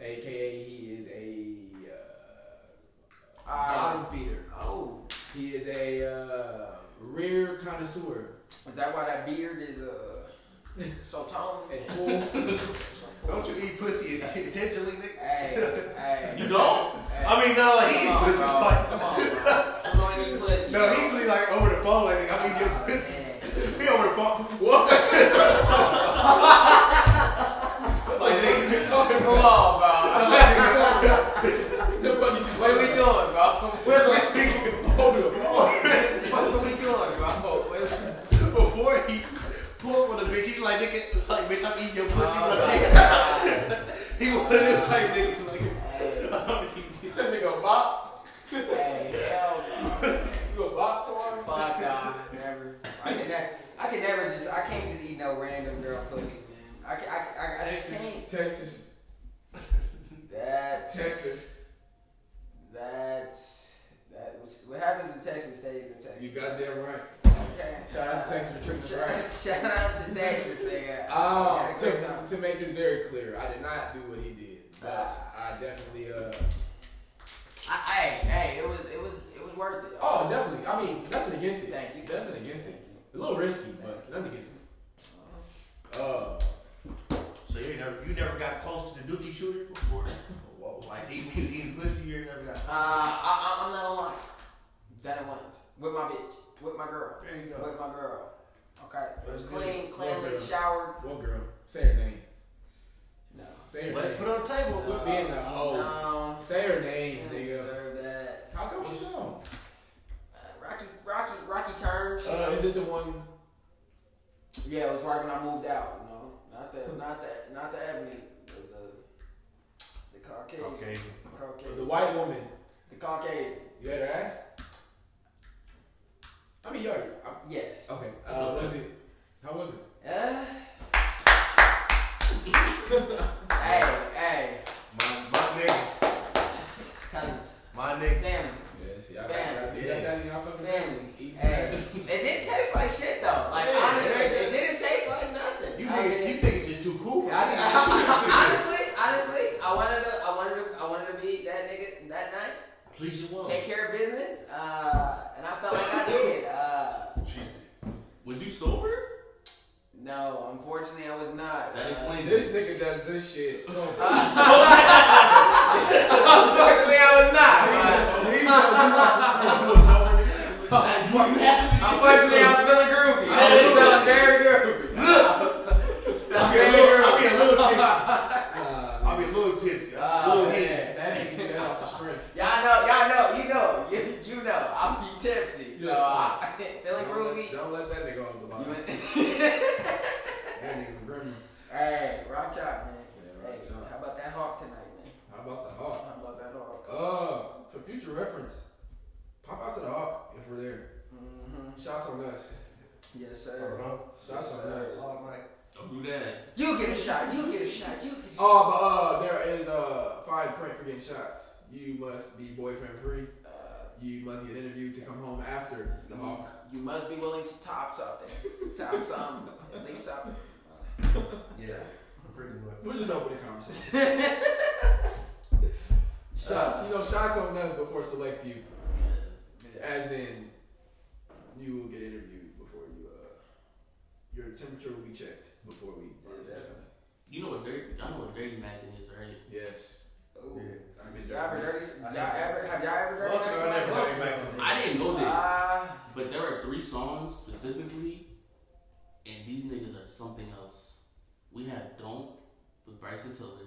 B: AKA, he is a uh,
D: Uh,
B: bottom feeder.
D: oh,
B: He is a uh, rear connoisseur.
D: is that why that beard is uh so toned?
B: And full.
C: Don't you eat pussy intentionally, nigga?
D: Hey, hey.
A: You don't?
D: Hey.
C: I mean, no, like, he eat
D: come on,
C: pussy.
D: bro.
C: Like,
D: Come on, bro. You don't eat pussy.
C: no, he really like over the phone, like, nigga, I mean, your
D: Oh,
C: pussy.
D: man.
C: He over the phone. What? like, niggas are talking
D: Come on, bro.
B: the fuck is you
D: What are we
B: talking
D: doing,
B: about?
D: bro?
B: Hold up.
D: What are we doing, bro? What is-
C: Before he pulled with a bitch, he like nigga, like bitch, I'm eating your pussy with a
D: Oh,
C: nigga.
D: my God.
C: He one of them type niggas like,
D: Hey,
C: I'm eating.
B: That nigga bop.
D: hey, hell no.
B: You a bop to
D: Fuck, nah, never. I never. I can never just. I can't just eat no random girl pussy, man. I can, I, can- I, I just
B: Texas,
D: can't.
B: Texas,
D: That's
B: Texas.
D: that's that. Was, what happens in Texas stays in Texas.
B: You goddamn right.
D: okay.
B: Shout out to Texas for Texas, right?
D: Shout out to Texas, nigga.
B: Um,
D: Yeah, good time.
B: to, to make this very clear, I did not do what he did, but I definitely. Uh,
D: I, hey, hey, it was, it was, it was worth it.
B: oh, definitely. I mean, nothing against it.
D: Thank you.
B: Nothing against it. A little risky, but nothing against it. Uh,
C: So you never you never got close to the dookie shooter before?
B: whoa.
C: Like even you eating pussy, you never got.
D: Uh, I, I, I'm not online. Done it once with my bitch, with my girl,
C: There you go.
D: with my girl. Okay, it was
B: That's
D: clean,
B: good.
D: cleanly
B: Well, girl.
D: showered.
B: What girl? Say her name.
D: No,
B: Say her
C: But
B: name.
C: put on the table.
B: Quit being a hoe.
D: no,
B: Say her
D: she
B: name,
D: didn't
B: nigga.
D: deserve that.
B: How come you know?
D: Uh, Rocky, Rocky, Rocky turned.
B: Uh, is it the one?
D: yeah, it was right when I moved out. You know, not the, not the, not the avenue, the, the, the Caucasian,
C: Okay.
D: Caucasian,
B: The white woman.
D: the Caucasian.
B: You had her ass? I mean, yo. I-
D: Yes.
B: Okay. Uh, was it? How was it?
D: Uh, hey, hey,
C: My my nigga,
D: cousins,
C: my nigga.
D: family,
B: Yeah, see, I got
D: Fam.
B: that.
C: Yeah.
B: in y'all fucking
D: family.
B: Eat
D: Hey,
B: that.
D: it didn't taste like shit though. Like
C: Yeah,
D: honestly,
C: yeah, yeah.
D: it didn't taste like nothing.
C: You
D: I
C: niggas, you
D: mean,
C: niggas just too cool.
D: I-
C: for
D: I-
C: me.
D: honestly, honestly, I wanted to, I wanted to, I wanted to be that nigga that night.
C: Please your woman.
D: Take care of business, uh, and I felt like I did. Uh,
A: Was you sober?
D: no, unfortunately, I was not.
A: That
D: Uh,
A: explains
B: This
A: it.
B: nigga does this shit so.
D: unfortunately, I was not. Uh,
C: I'm doing something.
A: That- you you have to be
D: Unfortunately,
A: consistent.
D: I'm feeling groovy.
A: I was
D: I'm feeling very groovy.
C: I'll
D: Feeling
C: be a
D: very
C: little, I'll
D: groovy.
C: be a little tipsy.
B: Nah,
C: I'll be a little tipsy.
D: Ah,
C: little
B: man.
C: head.
B: Yeah, that nigga got off the strength.
D: Y'all know, y'all know, you know, you, you know. I'm be tipsy, so
B: Yeah.
D: I
B: Don't
D: feeling groovy.
B: let, don't let that nigga off the
D: You
B: bottom.
D: went-
B: That nigga's grim.
D: hey, rock out, man.
B: Yeah,
D: Hey,
B: right, John.
D: how about that hawk tonight, man?
B: How about the hawk?
D: How about that hawk?
B: Uh, for future reference, pop out to the hawk if we're there.
D: hmm
B: Shots on us.
D: Yes,
C: Uh-huh.
D: sir.
B: Shots on us.
C: All night.
A: Don't do that.
D: Oh. You get a shot. You get a shot. You get a shot.
B: Oh, but uh, there is a fine print for getting shots. You must be boyfriend free.
D: Uh,
B: You must get interviewed to come home after the hawk.
D: you must be willing to top something. Top something. At least something.
C: Yeah. Pretty much.
B: We're just open the conversation.
D: Uh,
B: Shot, you know, shots on us before select few.
D: Yeah.
B: As in, you will get interviewed before you. Uh, your temperature will be checked before we.
D: definitely.
A: You know what dirty? I know what dirty macking is, right?
B: Yes,
D: Ooh.
B: I've been
D: Y'all ever
B: drinking.
D: dirty? Y'all ever have y'all ever dirty?
C: Fuck it, I never
D: somebody?
C: dirty macking.
A: I didn't know this,
D: Uh,
A: but there are three songs specifically, and these niggas are something else. We have "Don't" with Bryson Tiller,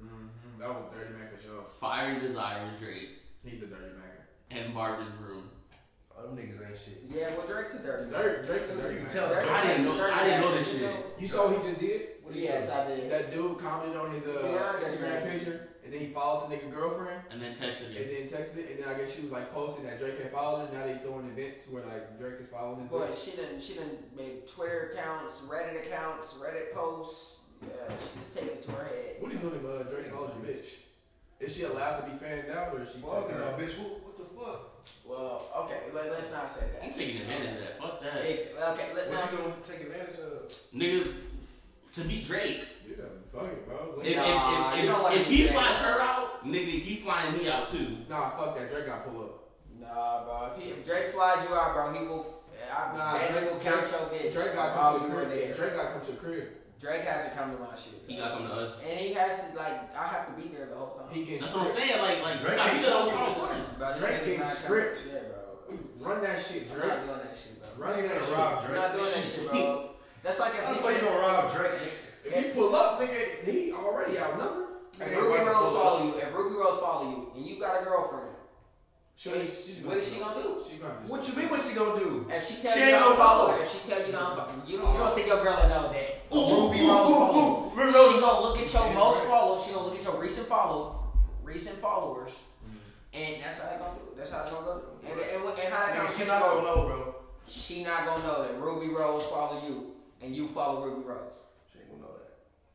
B: Mhm, That was dirty mac for sure.
A: "Fire and Desire" Drake,
B: He's a dirty macker.
A: and "Marvin's Room."
C: Oh, them niggas ain't shit.
D: yeah, well, Drake's a dirty.
B: Dirk, Drake's a dirty
C: You
B: macker.
C: tell
D: Dirty
A: I didn't
D: Drake's a
A: know-
D: dirty
A: I didn't know
D: man,
A: this
D: you
A: shit.
D: know?
B: You saw what he just did.
C: What do you
D: Yes, I did.
B: That dude commented on his uh,
D: Yeah, I got you,
B: Instagram
D: man.
B: picture, and then he followed the nigga girlfriend,
A: And then
B: and
A: texted me.
B: then texted it, and then I guess she was like posting that Drake had followed her. Now they throwing events where like Drake is following his.
D: Boy,
B: bitch.
D: she done she done made Twitter accounts, Reddit accounts, Reddit posts. Yeah, she was taking it to her head.
B: What are you doing if uh, Drake calls your bitch? Is she allowed to be fanned out, or is she?
C: Fuck
B: taking
C: no,
B: her?
C: bitch. What, what the fuck?
D: Well, okay, let, let's not say
A: I'm
D: that.
A: taking advantage of that. Fuck that,
D: Hey, okay, let
C: What
D: not.
C: you gonna take advantage of?
A: nigga. To be Drake,
B: Yeah, fuck it, bro. Like,
A: if, if,
D: Nah,
A: if,
D: you don't
A: if,
D: wanna
A: if
D: be
A: he
D: Drake.
A: flies her out, nigga, he flying me out too.
B: nah, fuck that. Drake got pull up.
D: Nah, bro. If, he, if Drake slides you out, bro, he will. I
B: Nah,
D: bet he
B: Drake-
D: will count your bitch.
B: Drake got
D: while
B: come to
D: we
B: the
D: were
B: crib.
D: there.
B: Drake got come to the crib.
D: Drake has to come to my shit.
A: He
D: bro.
A: got come to us.
D: And he has to like, I have to be there the whole time. Oh,
B: He can
A: That's what I'm saying. Like, like you gotta be the whole time first.
D: Bro, this
B: Drake
D: nigga's
B: getting
D: not coming-
B: stripped.
D: Yeah, bro.
B: run that shit,
D: I'm
B: Drake.
D: not doing that shit, bro.
B: Run that
C: Gonna
B: shit.
C: rob
D: I'm
C: Drake.
D: not doing that shit, bro. That's like
C: How the
D: if
C: fuck you gonna rob Drake?
B: If he pull up, nigga, he already outnumbered.
D: If
C: Ain't
D: Ruby
C: nobody
D: Rose
C: pull up.
D: follow you, if Ruby Rose follow you, and you got a girlfriend,
B: She, she's
D: what is she gonna do?
B: She gonna
C: What you mean? What she gonna do?
D: If she tell
C: She
D: you
C: ain't
D: don't
C: gonna
D: follow,
C: follow.
D: her, if she tell you don't follow, you don't, you don't think your girl will know that. Ruby
C: ooh,
D: Rose
C: ooh,
D: follow.
C: ooh,
D: you.
C: Ruby Rose.
D: She gonna look at your
B: Yeah,
D: most
B: right.
D: follow. She gonna look at your recent follow, recent followers, and that's how they gonna do. it. That's how it's gonna go. And, and, and, and how
C: Nigga,
D: that
C: she
D: conversation
C: not gonna
D: go?
C: know, bro.
D: She not gonna know that Ruby Rose follow you and you follow Ruby Rose.
C: She ain't gonna know that.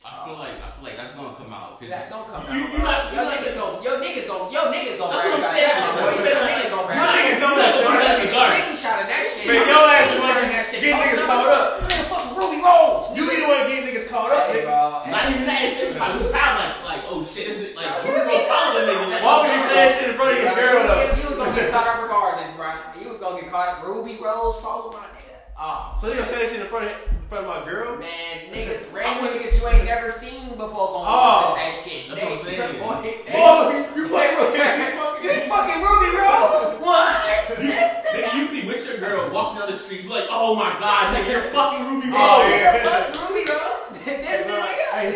A: I feel like I feel like that's gonna come out. 'cause-
D: That's gonna come out.
A: You- you
D: bro.
A: not- you
D: your
A: not-
D: niggas gonna your niggas gonna your niggas gonna
A: That's
D: brag
A: what I'm
D: about
A: saying.
D: that.
A: That's what I'm
D: Your
A: saying.
D: niggas gonna brag
C: My
D: about
C: niggas
D: that.
C: know that shit.
A: You
C: I
A: gotta be guarded.
D: Screenshot of that shit.
C: Man, your ass
D: Screenshot
C: wanna
D: of that shit.
C: get
D: Oh,
C: niggas
D: no,
C: caught up.
D: Man, fuck Ruby Rose.
C: You be the one getting niggas caught up,
D: Hey,
C: nigga.
D: bro.
A: Not even that. It's just probably like, like, oh shit, is it like who gonna follow the nigga? Like,
C: Why would you say that shit in front of your girl though?
D: You was gonna get caught up regardless, bro. You was gonna get caught up. Ruby Rose follow my nigga. Oh.
C: So you gonna say that shit in front of in front of my girl?
D: Man, niggas, random niggas you ain't never seen before gonna
C: Oh.
D: oh, that shit.
A: That's what I'm
D: They-
A: saying.
D: boy, they-
C: Oh, you fucking
D: You ain't fucking Ruby Rose? What?
A: Nigga, you be with your girl walking down the street, be like, oh my god, nigga, you're fucking Ruby Rose.
C: Oh,
D: Who
C: yeah.
D: the fuck's Ruby Rose? this the nigga?
C: Hey,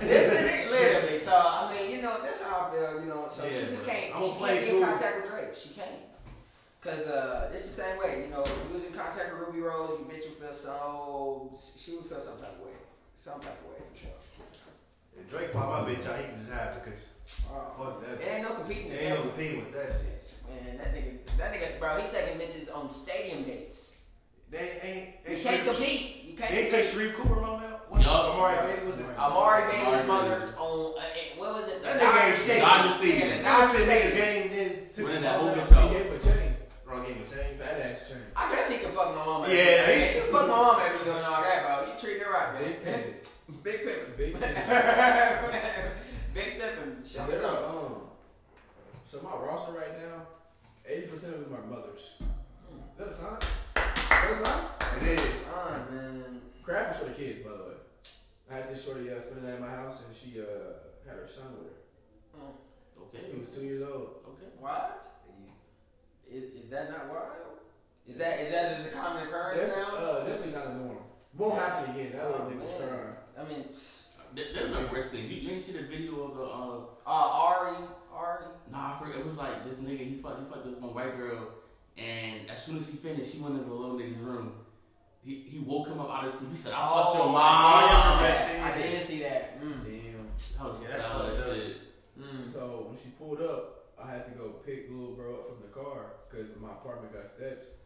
D: This the nigga? Literally. So, I mean, you know, that's how I feel, you know. So
C: Yeah,
D: she just
C: bro.
D: can't,
C: I'ma
D: she
C: play
D: can't
C: cool.
D: get in contact with Drake. She can't. Because uh, it's the same way, you know, if you was in contact with Ruby Rose, you bitch would feel so, she would feel some type of way. Some type of way, for sure.
C: If Drake pop my bitch out, he can just have it because
D: Oh,
C: Fuck that.
D: It ain't no competing.
C: there
D: in
C: ain't no
D: that.
C: competing with that shit.
D: Man, that nigga, that nigga, bro, he taking bitches on stadium dates.
C: They ain't.
D: You
C: they
D: can't
C: Sharif-
D: compete. You
C: They ain't
D: can't.
C: take Sharif Cooper, my man. What?
A: Yup.
C: Amari Bailey was in it.
A: Amari
D: Amari Bailey's
A: Bailey.
D: mother on uh, eh, what was it? The
C: That nigga ain't
D: Dodgers-
C: shit.
A: Dodgers Stadium.
D: Yeah,
C: Now
D: Dodgers
C: shit niggas
D: Stadium.
C: game then took
A: Winning that whole
C: the
A: bitch up.
B: He gave a chain.
C: wrong game of change.
B: Fat ass chain.
D: I guess he can fuck my mama.
C: Yeah,
D: he
C: he-
D: can fuck my mama if you doing all that, bro. You treating her right, man.
B: Big pimp.
D: Big pimpin'.
B: Big
D: Big pimpin'. Shut
B: Is there
D: up.
B: a, um, so my roster right now, 80% of them are mothers. Is that a sign? Is that a sign?
C: It is.
D: Son, man.
B: Craft is for the kids, by the way. I had this shorty uh, spending the night at my house, and she uh, had her son with her.
A: Okay,
B: He was two years old.
A: okay.
D: What? Is, is that not wild? Is that is that just a common occurrence
B: Def-
D: now?
B: uh, definitely not a norm. Won't happen again. That
D: Oh,
B: little nigga's
D: man.
B: crying.
D: I mean,
A: There, there's no worse things. You, you ain't see the video of the uh,
D: uh, Ari, Ari.
A: Nah, I forget. It was like this nigga. He fucked. He fucked this one white girl, and as soon as he finished, he went into the little nigga's room. He he woke him up out of sleep. He said, "I fucked
C: Oh
A: your
C: I
A: mom."
C: did.
D: Oh, I did see that. Mm.
B: Damn.
A: That was
C: Yeah, that's
A: foul as
C: fucked up.
A: shit.
D: Mm.
B: So when she pulled up, I had to go pick little bro up from the car because my apartment got steps.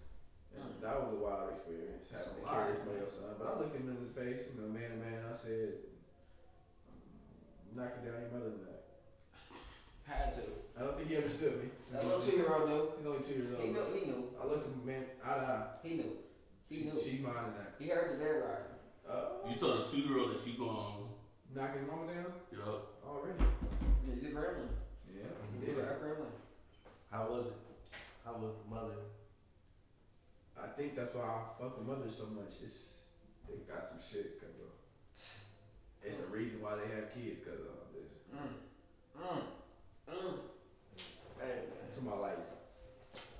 B: And
D: Mm.
B: That was a wild experience
D: That's
B: having to
D: a
B: carry
D: lot.
B: somebody else's son. But I looked him in his face, you know, man to man. I said, "Knock it down, your mother tonight."
D: Had to.
B: I don't think he understood me.
D: That little two year old knew.
B: He's only two years
D: He knew.
B: old.
D: He knew.
B: I looked him man eye to eye.
D: He knew. He
B: She-
D: knew.
B: She's mine tonight.
D: He heard the bed rock. Oh.
B: Uh,
A: You told a two year old that you gone.
B: knocking mama down
A: You know,
B: already.
D: He's a gremlin.
B: Yeah.
D: He's a
B: yeah.
D: rap gremlin.
C: How was it? How was the mother?
B: I think that's why I fuck with mothers so much. It's they got some shit because of. It's a reason why they have kids because of all this.
D: Mm. Mm. Mm. Hey, man.
B: To my like,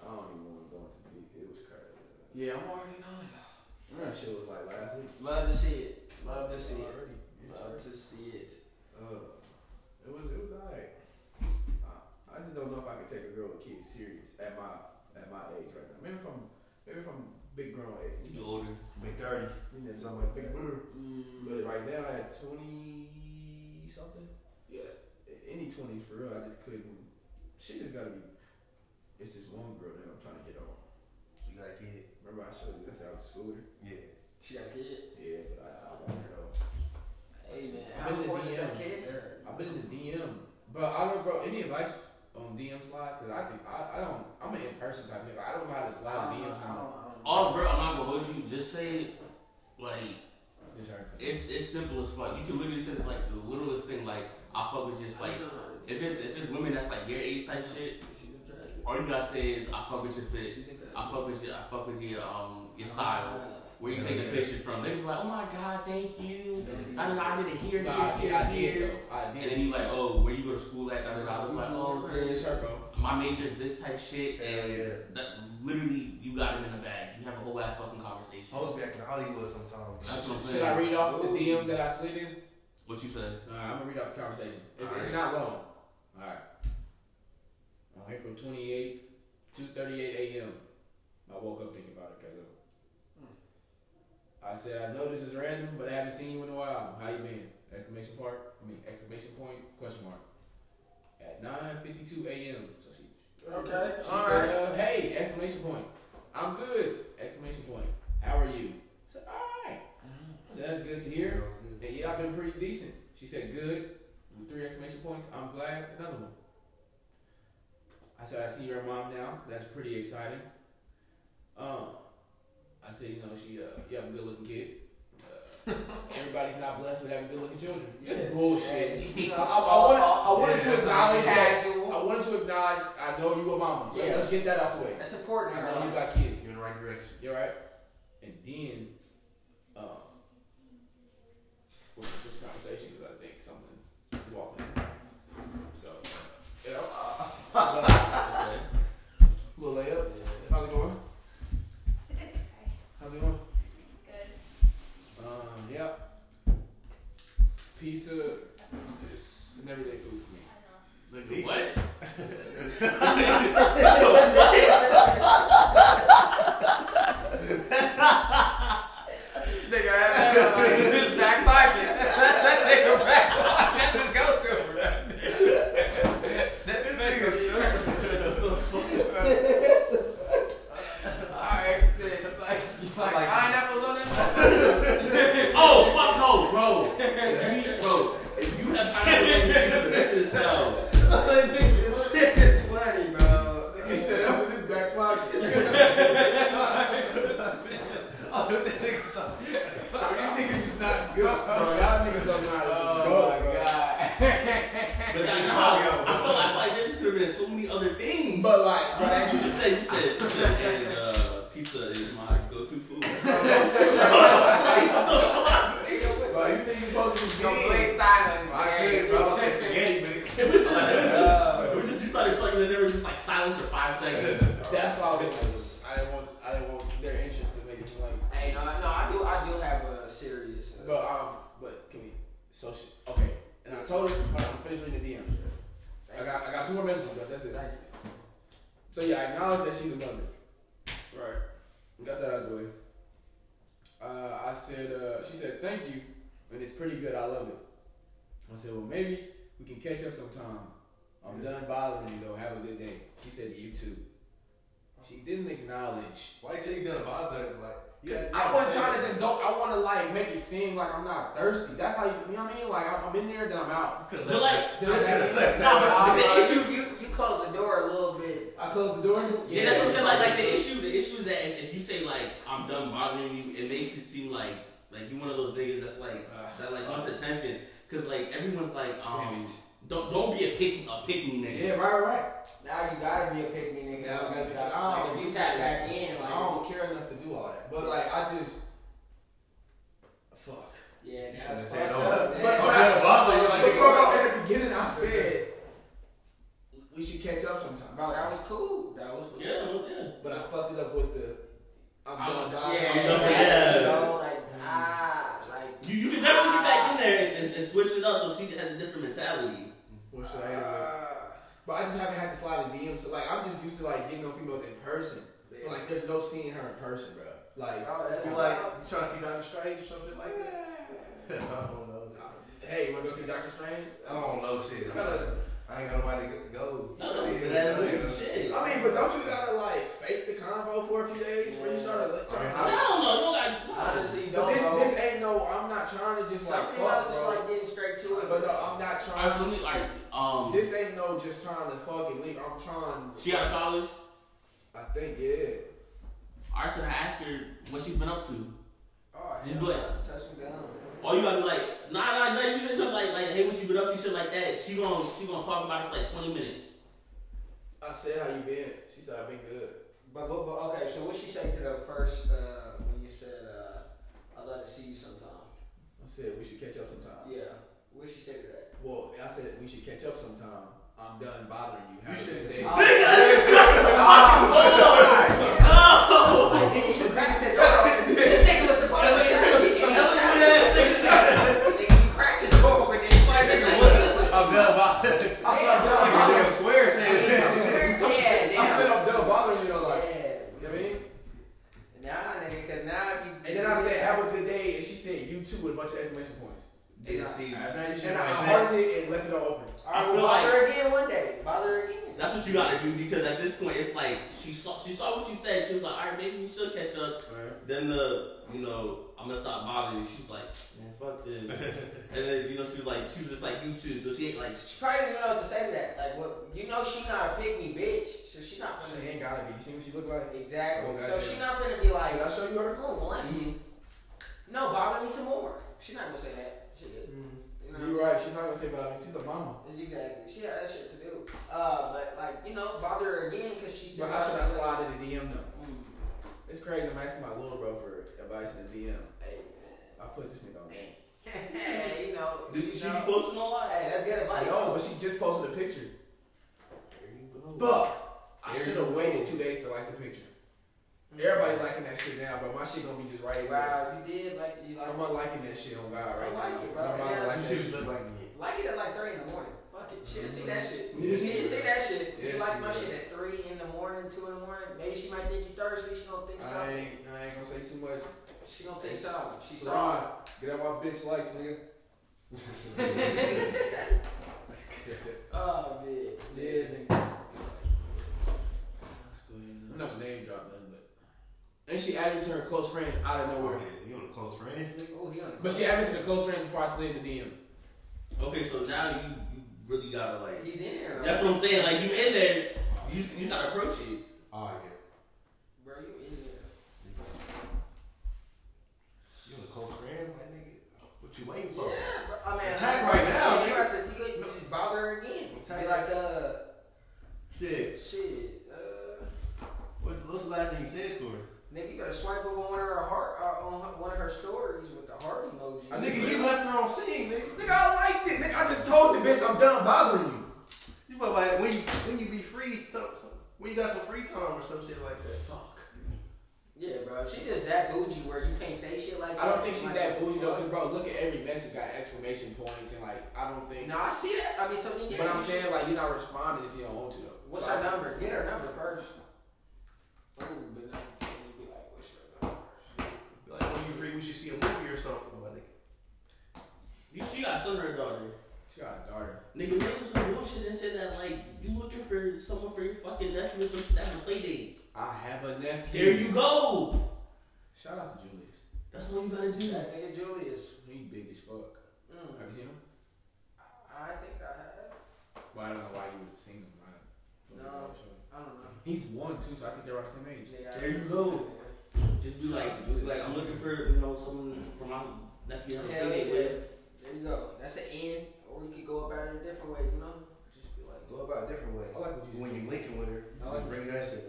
B: I don't even want to go into deep. It was crazy.
D: Yeah, I'm already on
B: That
D: Mm.
B: shit was like last week.
D: it. Love to see it. Love to see it.
B: already. Yeah,
D: Love
B: sure.
D: to see it.
B: Uh, it was it was alright. I, I just don't know if I could take a girl with kids serious at my at my age right now. Maybe if I'm maybe if I'm big grown age.
A: you older.
C: Big 30.
B: You know, something like big grown.
D: Mm.
B: But right now at twenty something.
D: Yeah.
B: any twenties for real. I just couldn't. She just gotta be. It's just one girl that I'm trying to get on.
C: She got a kid.
B: Remember I showed you that's how I was school with her.
C: Yeah.
D: She got a kid.
B: Yeah, but I, I want her though.
D: Hey, man.
B: I've
D: How
B: been in
D: important is
B: the
D: that
B: DM.
D: kid?
B: I've been in the DM, but I don't, bro. Any advice on DM slides? Cause I think I, I don't. I'm an in person type nigga. I don't know how to slide a
D: I don't know,
B: DM.
D: I
B: from
D: don't know.
A: Oh, bro, I'm not gonna hold you. Just say, like,
B: this haircut.
A: it's it's simple as fuck. You can literally say like the littlest thing. Like, I fuck with just like if it's if it's women that's like your age type shit. All you gotta say is, I fuck with your fit. I fuck with your I fuck with your um your style. Where you
C: Yeah,
A: taking
C: yeah.
A: pictures from? They be like, oh my god, thank you. I did
D: Yeah.
A: I did it here,
B: No,
A: here,
B: I did. I
A: here,
B: did.
A: here.
B: Though. I
A: And
B: did.
A: then you like, oh, where you go to school at? Da da da. I'm like, oh,
B: Girl,
A: this.
B: it's her, bro.
A: My major is this type shit,
C: Hell
A: and
C: yeah.
A: that literally you got it in the bag. You have a whole ass fucking conversation.
B: Oh.
C: Hoes be acting Hollywood sometimes.
A: That's what I'm
B: Should I
A: saying. Oh,
B: read off the DM that I slid in?
A: What you say?
B: All right, I'm gonna read off the conversation. It's,
A: All
B: it's
A: right.
B: not long. All right. On April 28th, 2:38 a.m., I woke up thinking about it, Caleb.
A: Hmm.
B: I said, I know this is random, but I haven't seen you in a while. How you been? Exclamation part. I mean, exclamation point. Question mark. At 9:52 a.m. So she.
D: Okay,
B: She
D: all
B: said, uh, hey! Exclamation point. I'm good. Exclamation point. How are you? I said, all right.
A: Mm-hmm.
B: So that's good to hear. And yeah, I've been pretty decent. She said, good. Three exclamation points. I'm glad. Another one. I said, I see your mom now. That's pretty exciting. Um, I said, you know, she, uh, you have a good looking kid. Uh, everybody's not blessed with having good looking children. That's bullshit.
D: You know,
B: I, I, wanted, I wanted
C: Yeah.
B: to acknowledge that.
D: Casual.
B: I wanted to acknowledge, I know you a mama. Yeah.
D: Yeah.
B: Let's get that out the way.
D: That's
B: I
D: important.
B: know you
D: Right?
B: got kids.
C: You're in the right direction.
B: You're right. And then, um, we'll switch conversation because I think something is waffling. So, you know, little layup. How's it going? How's it going?
E: Good.
B: Um, yeah. Pizza is an everyday food for me.
E: I know.
A: Nigga, what?
D: Nigga, I have that on his back pocket. That nigga back pocket. That's
C: This
D: his go-to. Right?
C: nigga stupid.
D: Alright, shit. Like, like,
C: Like-
D: pineapples on that?
A: Oh fuck no, bro. You need- bro, if you have time to make this is hell.
C: It's funny, bro.
B: He said that's in his back pocket.
C: Oh, this nigga talking.
B: This is not good, bro. Y'all niggas don't know how to
D: Oh,
B: go,
D: my
B: bro.
D: God.
A: But that's how I feel like, I feel like there just could have been so many other things.
B: But like,
A: you,
B: bro,
A: just, you just said you said you said, and uh, pizza is my go-to food.
D: Nigga, what-
B: bro, you think you supposed to be
D: Don't
B: big?
D: play silent.
C: I could, bro. I'm like spaghetti, nigga.
A: It was like,
D: Uh,
A: we just you started talking and there was just like silence for five seconds.
B: That's why I was like, I didn't want, I didn't want their interest to make it like.
D: Hey, no, no, I do, I do have a serious. Uh,
B: But um, but can we? So she, okay. And I told her, hold on, I'm finished reading the DM. I got, I got two more messages left. That's it.
D: thank
B: So yeah, I acknowledge that she's a mother. Right. We Got that out of the way. Uh, I said, uh, she said, thank you, and it's pretty good. I love it. I said, well, maybe we can catch up sometime. I'm done bothering you though. Have a good day. She said, you too. She didn't acknowledge
C: Why you say you done bothered? Like, you had-
B: I wasn't trying to just go. I want to like make it seem like I'm not thirsty. That's how you, you know what I mean. Like I'm, I'm in there, then I'm out.
C: Could
A: But
C: left
A: like,
C: that-
B: Then I'm
C: could
B: back in.
C: left
A: no,
C: that.
A: but
D: you.
A: the issue.
D: Uh, you, you, you close the door a little bit.
B: I close the door.
A: Yeah, that's what I'm saying. Like, like the issue, the issue is that if, if you say like I'm done bothering you, it makes you seem like like you one of those niggas that's like that like wants attention because like everyone's like
B: Damn
A: um
B: it.
A: don't don't be a pick a pick me nigga.
B: Yeah, right, right.
D: Now you gotta be a pick me nigga.
B: Now I gotta be-
D: Like, if you tap back in,
B: I
D: like,
B: don't care enough to do all that, but like I just fuck.
D: yeah,
C: should've
D: that's
C: said
D: fucked
C: no.
D: up, man.
B: But,
A: Oh,
B: but,
C: I'm done bothering you,
B: I,
C: like,
B: but,
C: nigga,
B: bro,
C: what?
B: at the beginning I said we should catch up sometime,
D: Bro, that was cool. That was cool.
A: Yeah, well, yeah.
B: but I fucked it up with the I'm done.
A: I'm-
B: dog.
D: Yeah,
B: I'm
A: done.
B: done.
D: that's,
A: Yeah.
D: You know, like, ah, like,
A: You, you can never get back in there and, and switch it up so she has a different mentality.
B: What should I hit it with?
D: ah,
B: But I just haven't had to slide a DM. So like I'm just used to like getting on females in person. But, like there's no seeing her in person, bro. Like
D: Oh, that's
C: You like, you trying to see Doctor Strange or something like that? I don't know.
B: hey, you wanna go see Doctor Strange?
C: I
D: Oh.
C: don't know shit. I ain't got nobody to go.
A: No, but that weird shit.
B: I mean, but don't you gotta like fake the convo for a few days before you start to like, turn
A: No, no,
B: out?
A: no, like, no.
D: honestly,
B: But
D: don't
B: this
D: know.
B: this ain't no. I'm not trying to just like
D: Some
B: fuck,
D: people just
B: bro.
D: like getting straight to it.
B: But uh, no,
A: All
B: I'm not
A: right, so
B: trying.
A: let me, like, um,
B: This ain't no just trying to fucking leak. I'm trying.
A: she out of college.
B: I think yeah.
A: All right, so I ask her what she's been up to.
D: oh,
A: Just
D: hell
A: do it.
D: no, Touch me down.
A: Or you gotta be like, nah, nah, nah, you shouldn't tell me, like, like, hey, what you been up to, shit like that. She gonna, she gonna talk about it for like 20 minutes.
B: I said how you been. She said I've been good.
D: But, but, but okay, so what she say to the first uh, when you said uh, I'd like to see you sometime?
B: I said we should catch up sometime.
D: Yeah, what she say to that?
B: Well, I said we should catch up sometime. I'm done bothering you.
C: You
B: Have a
C: should-
B: good day.
D: Oh. Like, nigga, you cracked the door. This nigga was supposed to be like, you know, shoot ass nigga. Nigga, you cracked the door open and it's like, nigga, what?
C: I'm done bothering.
B: I said I'm done
C: I'm
B: bothering
C: damn swear saying
D: Yeah,
B: I said "Oh,
D: damn.
B: I'm done bothering you. though, Like, you know what
D: Yeah.
B: I mean?
D: Nah, nigga, cause now you.
B: And then I said, "Have a good day," and she said, "You too," with a bunch of exclamation points.
C: Didn't see
B: And
C: the same shit
B: I
C: like that.
B: hearted it and left it all open.
D: All right,
A: I feel
D: well, bother again one day. Bother again.
A: That's what you gotta do because at this point it's like she saw she saw what you said. She was like, all right, maybe we should catch up.
B: Right.
A: Then the you know I'm gonna stop bothering. you. She was like, man, fuck this. and then you know she was like she was just like you too. So she ain't like
D: She probably didn't know what to say to that. Like, what? You know, she not a pick me bitch, so she not
B: She
D: gonna
B: ain't gotta be. You see what she look like?
D: exactly.
B: Oh,
D: so
B: goddamn.
D: she not gonna be like,
B: Did I show you her?
D: oh, let's no bother me some more. She not gonna say that. She, you know,
B: You're Mm-hmm. right. She's not gonna say about me. She's a mama.
D: Exactly. She had that shit to do. Uh, but like you know, bother her again because she's.
B: But how should I slide in the DM though?
D: Mm,
B: It's crazy. I'm asking my little bro for advice in the DM.
D: hey,
B: I put this nigga on game.
D: man. mm, Hey, you know.
A: do
D: you
A: she be
D: know.
A: posting a lot?
D: Hey, that's good advice.
B: No, Oh, but she just posted a picture.
A: There you go.
B: Fuck. I
A: There
B: should
A: you
B: have
A: go.
B: waited two days to like the picture.
D: Mm.
B: Everybody liking that shit now, but my shit gonna be just right. Wow.
D: Wow, you did like you like
B: I'm unliking that shit on God right
D: I like it,
B: now.
D: bro.
B: I'm about to
D: Yeah.
B: like
C: You
B: that
C: see
B: shit.
C: what you look like.
D: like it at like three in the morning. Fuck it, shit. See that shit.
B: Yes,
D: see,
B: you
D: see
B: will.
D: that shit.
B: Yes,
D: you like
B: you
D: my
B: will.
D: shit at three in the morning, two in the morning. Maybe she might think you thirsty. She gonna think so.
B: I ain't, I ain't gonna say too much.
D: She gonna think so. She's sorry.
B: Saran, get out my bitch likes, nigga.
D: Oh man.
B: yeah, nigga.
A: That's good.
B: I'm not gonna name drop nothing, but. And she added me to her close friends out of
C: Oh,
B: nowhere.
C: yeah, you on the close friends?
D: Oh, he on the
B: But she
D: clock.
B: added me to the close friend before I slid in the DM.
A: Okay, so now you, you really gotta like.
D: He's in there.
A: That's what I'm saying. Like you in there, you you gotta approach it.
C: Oh yeah,
D: Bro, you in there.
C: you on the close friends, like nigga. What you waiting
D: Yeah,
C: for?
D: bro. I mean,
C: Attack
D: I-
C: right now,
D: You
C: nigga.
D: have to you, you just bother her again.
C: Attack.
D: Be like, uh,
C: Shit.
D: shit, uh,
C: What, what's the last thing you said to her?
D: nigga, you better swipe up on one of her heart, uh, on her- one of her stories with the heart emoji.
B: I
C: Nigga, you left her on scene, nigga.
B: Nigga, I liked it. Nigga, I just told the bitch I'm done bothering you.
C: You but like when you when you be free, some, some, when you got some free time or some shit like that.
B: Fuck.
D: yeah, bro, she just that bougie where you can't say shit like that.
B: I don't think she's
D: Like,
B: that bougie though, cause
D: fuck.
B: bro, look at every message got exclamation points and like I don't think.
D: No, I see that. I mean, something. Yeah,
B: But I'm saying like you're not responding if you don't want to though.
D: what's
B: So I-
D: her number? Get her number first. Ooh, but no, just be like, what's her number?
C: Be Like when you free, we should see a movie or something. My nigga.
A: You she got son or daughter.
B: She got a daughter.
A: Nigga, we was some bullshit and said that like you looking for someone for your fucking nephew or some shit that's a play date.
B: I have a nephew.
A: There you go.
B: Shout out to Julius.
A: That's what you gotta do.
D: That nigga Julius.
B: He big as fuck.
D: Mm,
B: Have you seen him?
D: I think I have.
B: Well, I don't know why you would have seen him. I don't know.
D: No. I don't know.
B: He's one too, so I think they're about the same age.
D: Nigga, I-
A: There you go. Just be like, just be like, I'm looking for you know someone for my nephew to have a
D: Hell
A: play date
D: yeah.
A: with.
D: There you go. That's an end, or we could go about it a different way, you know? Just be like,
C: Go about a different way.
B: I like what you
C: When you linking with her,
B: I
C: just
B: like
C: bring that shit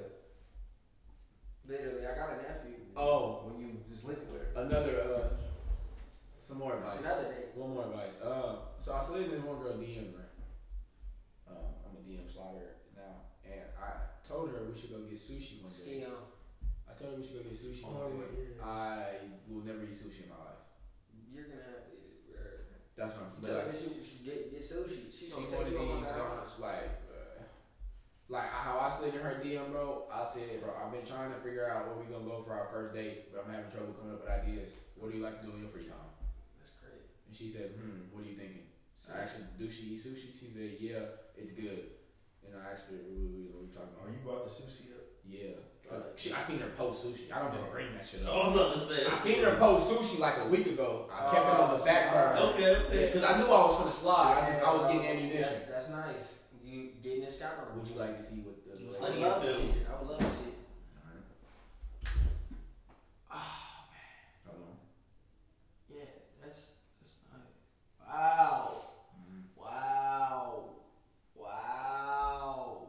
D: literally, I got a nephew.
C: up.
B: Oh.
C: when you just linking with her.
B: Another uh, some more
D: That's
B: advice.
D: another day.
B: One more advice. Uh, so I slid in this one girl DM, right? Um, I'm a DM slaughter now, and I told her we should go get sushi one day.
D: Ski on.
B: I told her we should go get sushi one
C: Oh,
B: day.
C: yeah.
B: I will never eat sushi in my life.
D: You're gonna have to. uh,
B: That's what I'm
D: You tell her
B: like,
D: she should get, get sushi.
B: She
D: She's gonna
B: wanted
D: take
B: these
D: you on
B: donuts, like, uh, like how I slid in her DM, bro. I said, bro, I've been trying to figure out where we gonna go for our first date, but I'm having trouble coming up with ideas. What do you like to do in your free time?
D: That's great.
B: And she said, hmm, what are you thinking? I
D: Sushi.
B: asked her, do she eat sushi? She said, yeah, it's good. And I asked her, what we, we, we talking
C: Oh,
B: about?
C: you brought the sushi up.
B: Yeah. She, I seen her post sushi. I don't just bring that shit
A: Oh,
B: up.
A: I'm about to say.
B: I seen her post sushi like a week ago. I kept it on the back burner.
A: Okay, okay.
B: Because I knew I was finna slide. I just I was
D: Yeah,
B: getting
D: bro.
B: ammunition.
D: That's, that's nice. You getting this camera.
B: Would you like to see what the
A: You
D: I would
A: slutty.
D: love to
A: Funny
D: see it. I would love to see it.
B: Alright. Ah, Hold on.
D: Yeah, that's, that's nice. Wow.
B: Mm-hmm.
D: Wow. Wow.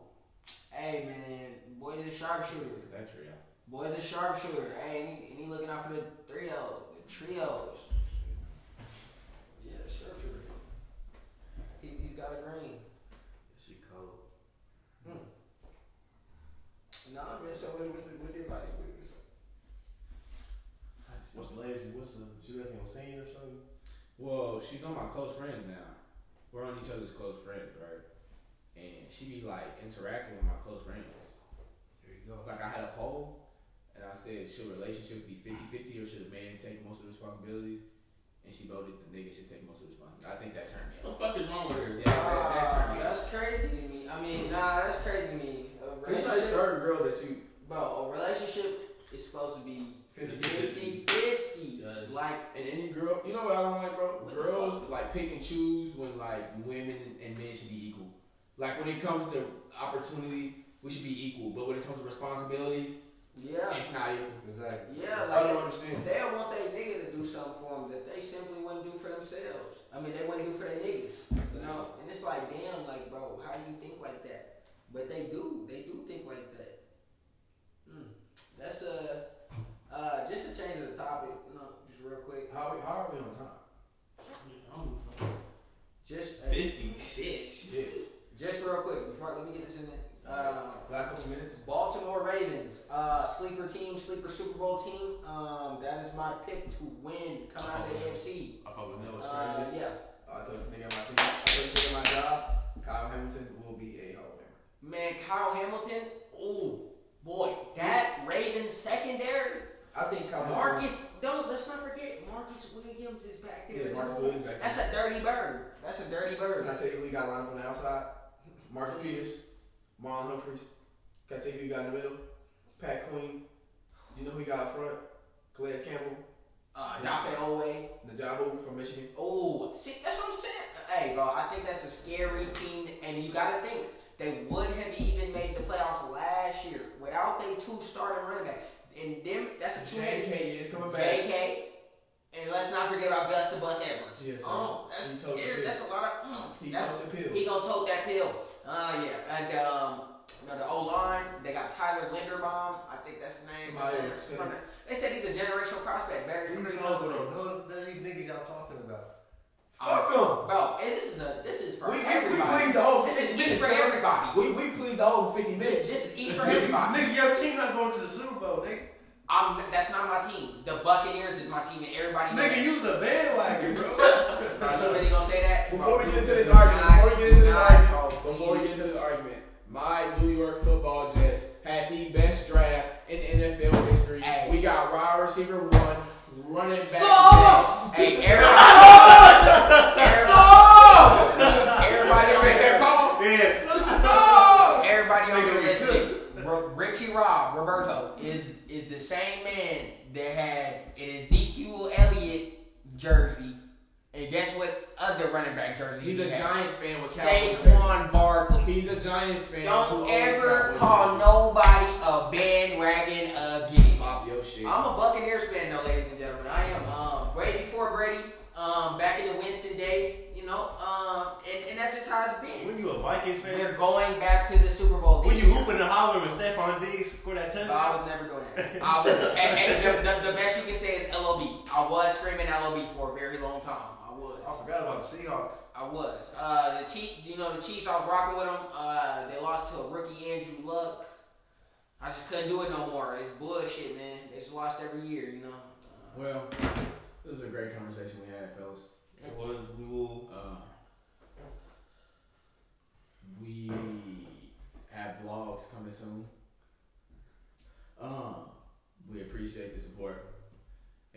D: Hey, man. Boy's a sharpshooter.
B: Look at that tree. out.
D: Boy's a sharpshooter. Hey, and he, and he looking out for the trio, the trios. Yeah, sharpshooter. He, he's got a green.
C: She cold.
D: Nah, man. So what's, what's, the, what's the advice? What's-
C: What's the latest? What's the? She left you on scene or something?
B: Well, she's on my close friends now. We're on each other's close friends, right? And she be like interacting with my close friends.
C: There you go.
B: Like I had a poll and I said, should relationships be 50-50 or should a man take most of the responsibilities? And she voted the nigga should take most of the responsibility. I think that turned me
A: What the
B: off.
A: fuck is wrong with her?
B: Yeah, that, that turned me
D: Wow,
B: off.
D: that's crazy to me. me. I mean, nah, that's crazy to me.
B: There's
D: A
B: like
D: relationship,
B: certain girls that you
D: bro, a relationship is supposed to be
B: 50-50.
D: 50-50.
A: Yes.
D: Like,
B: And any girl, you know what I don't like, bro?
D: What the
B: Girls like pick and choose when like women and men should be equal. Like when it comes to opportunities, we should be equal. But when it comes to responsibilities,
D: yeah,
B: it's not equal.
C: Exactly.
D: yeah.
B: I
D: Like,
B: don't understand.
D: They don't want their nigga to do something for them that they simply wouldn't do for themselves. I mean, they wouldn't do for their niggas. You know? And it's like, damn, like, bro, how do you think like that? But they do. They do think like that. Hmm. That's a, uh, just to change the topic, you know, just real quick.
B: How, how are we on time?
A: I don't give a fuck.
D: Just, uh,
A: Fifty shit.
B: Shit.
D: just real quick. Before, let me get this in there. Um,
B: Last couple minutes.
D: Baltimore Ravens, uh, sleeper team, sleeper Super Bowl team. Um, that is my pick to win. Come out of the AFC.
A: I fuck with
B: No,
A: no.
B: Oh, it's
D: Uh,
B: crazy.
D: yeah.
B: I told this nigga my team. I told this nigga my job. Kyle Hamilton will be a Hall of Famer.
D: Man, Kyle Hamilton, oh boy, that Ravens secondary.
B: I think Kyle Hamilton.
D: Marcus, don't let's not forget Marcus Williams is back there.
B: Yeah,
D: too.
B: Marcus Williams back there.
D: That's a dirty bird. That's a dirty
B: Can
D: bird.
B: I tell you who you got lined up on the outside? Marcus Peters, Marlon Humphreys. Can I tell you who you got in the middle? Pat Queen. You know who you got up front? Calais Campbell.
D: Uh, Dafe Owe.
B: Najabu from Michigan.
D: Oh, see, that's what I'm saying. Hey, bro, I think that's a scary team, and you got to think they would have even made the playoffs last year without they two starting running backs. And them, that's a two
B: JK is coming back.
D: JK. And let's not forget about Gus the Bus Edwards.
B: Yes, sir.
D: oh, that's
B: He took the
D: scary.
B: pill.
D: That's a lot of. Mm,
B: He
D: that's,
B: took the pill.
D: He gonna tote that pill. Uh, yeah. And um, you know, the O line, they got Tyler Linderbaum. I think that's the name.
B: Somebody
D: They said-
B: said-
D: from the- they said he's a generational prospect. Better than
C: These
D: Chris
C: hoes
D: Humphrey.
C: don't know none of these niggas y'all talking about.
D: Oh.
C: Fuck them.
D: Bro, and this is a this is for
B: We, we, we
D: everybody.
B: pleased the whole
D: this
B: 50
D: is eat
B: minutes.
D: for everybody.
B: We, we pleased the whole 50 minutes.
D: This, this is eat for everybody.
C: Nigga, your team not going to the Super Bowl, nigga.
D: I'm that's not my team. The Buccaneers is my team, and everybody. knows
C: Nigga,
D: that.
C: you was a bandwagon, bro.
D: Are you really gonna say that?
B: Before we
D: Bro,
B: get into this
D: do not-
B: argument, before we get into
D: do
B: this
D: not-
B: argument,
D: bro,
B: before we
D: please.
B: get into this argument, my New York Football Jets had the best draft in NFL history.
D: Hey.
B: We got wide receiver one, running back.
D: Sauce!
B: six.
D: Hey, everybody,
B: Sauce!
D: everybody,
B: Everybody make that
D: everybody,
B: call.
C: yes.
B: Sauce!
D: everybody on
C: Nigga,
D: the
C: we
D: list. Ro- Richie Rob Roberto is is the same man that had an Ezekiel Elliott jersey, and guess what other running back jersey?
B: He's
D: he
B: a
D: had?
B: Giants fan with Cowboys. fans.
D: Saquon Barkley.
B: He's a Giants fan. who
D: Don't
B: owns
D: ever
B: Cowboys.
D: call nobody a bandwagon again.
B: Pop your shit.
D: I'm a Buccaneers fan, though, ladies and gentlemen. I am um, way before Brady, um, back in the Winston days, you know, um, and, and that's just how it's been.
C: When you a Vikings fan,
D: We're going back to the Super Bowl.
C: when
D: This
C: you
D: year.
C: hooping and hollering when Stephon Diggs scored that
D: But I
C: touchdown,
D: was never doing that. I was, and, and the, the, the best you can say is LOB. I was screaming LOB for a very long time. I
C: I
D: was.
C: forgot about the Seahawks.
D: I was. Uh, the Chiefs, you know, the Chiefs, I was rocking with them. Uh, they lost to a rookie, Andrew Luck. I just couldn't do it no more. It's bullshit, man. They just lost every year, you know. Uh,
B: Well, this is a great conversation we had, fellas.
A: It was we will.
B: Uh, we have vlogs coming soon. Um, we appreciate the support.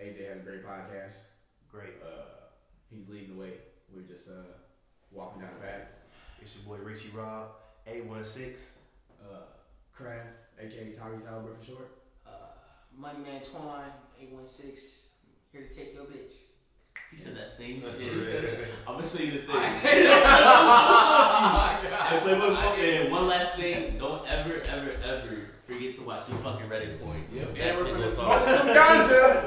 B: AJ has a great podcast.
C: Great.
B: Uh, he's leading the way. We're just uh, walking down the path.
C: It's your boy Richie Rob, 816.
B: Uh, Kraft, aka Tyrese Halliburton for short.
D: uh, Money Man Twine, 816, here to take your bitch.
A: He said that same
C: He said
A: shit.
C: it.
A: I'm gonna say the thing.
D: I
A: And wait, wait, wait, and one last thing, don't ever, ever, ever forget to watch your fucking Reddit point.
B: Yep.
A: That shit
B: Never
A: goes
B: finna
A: off.
B: smoke some ganja.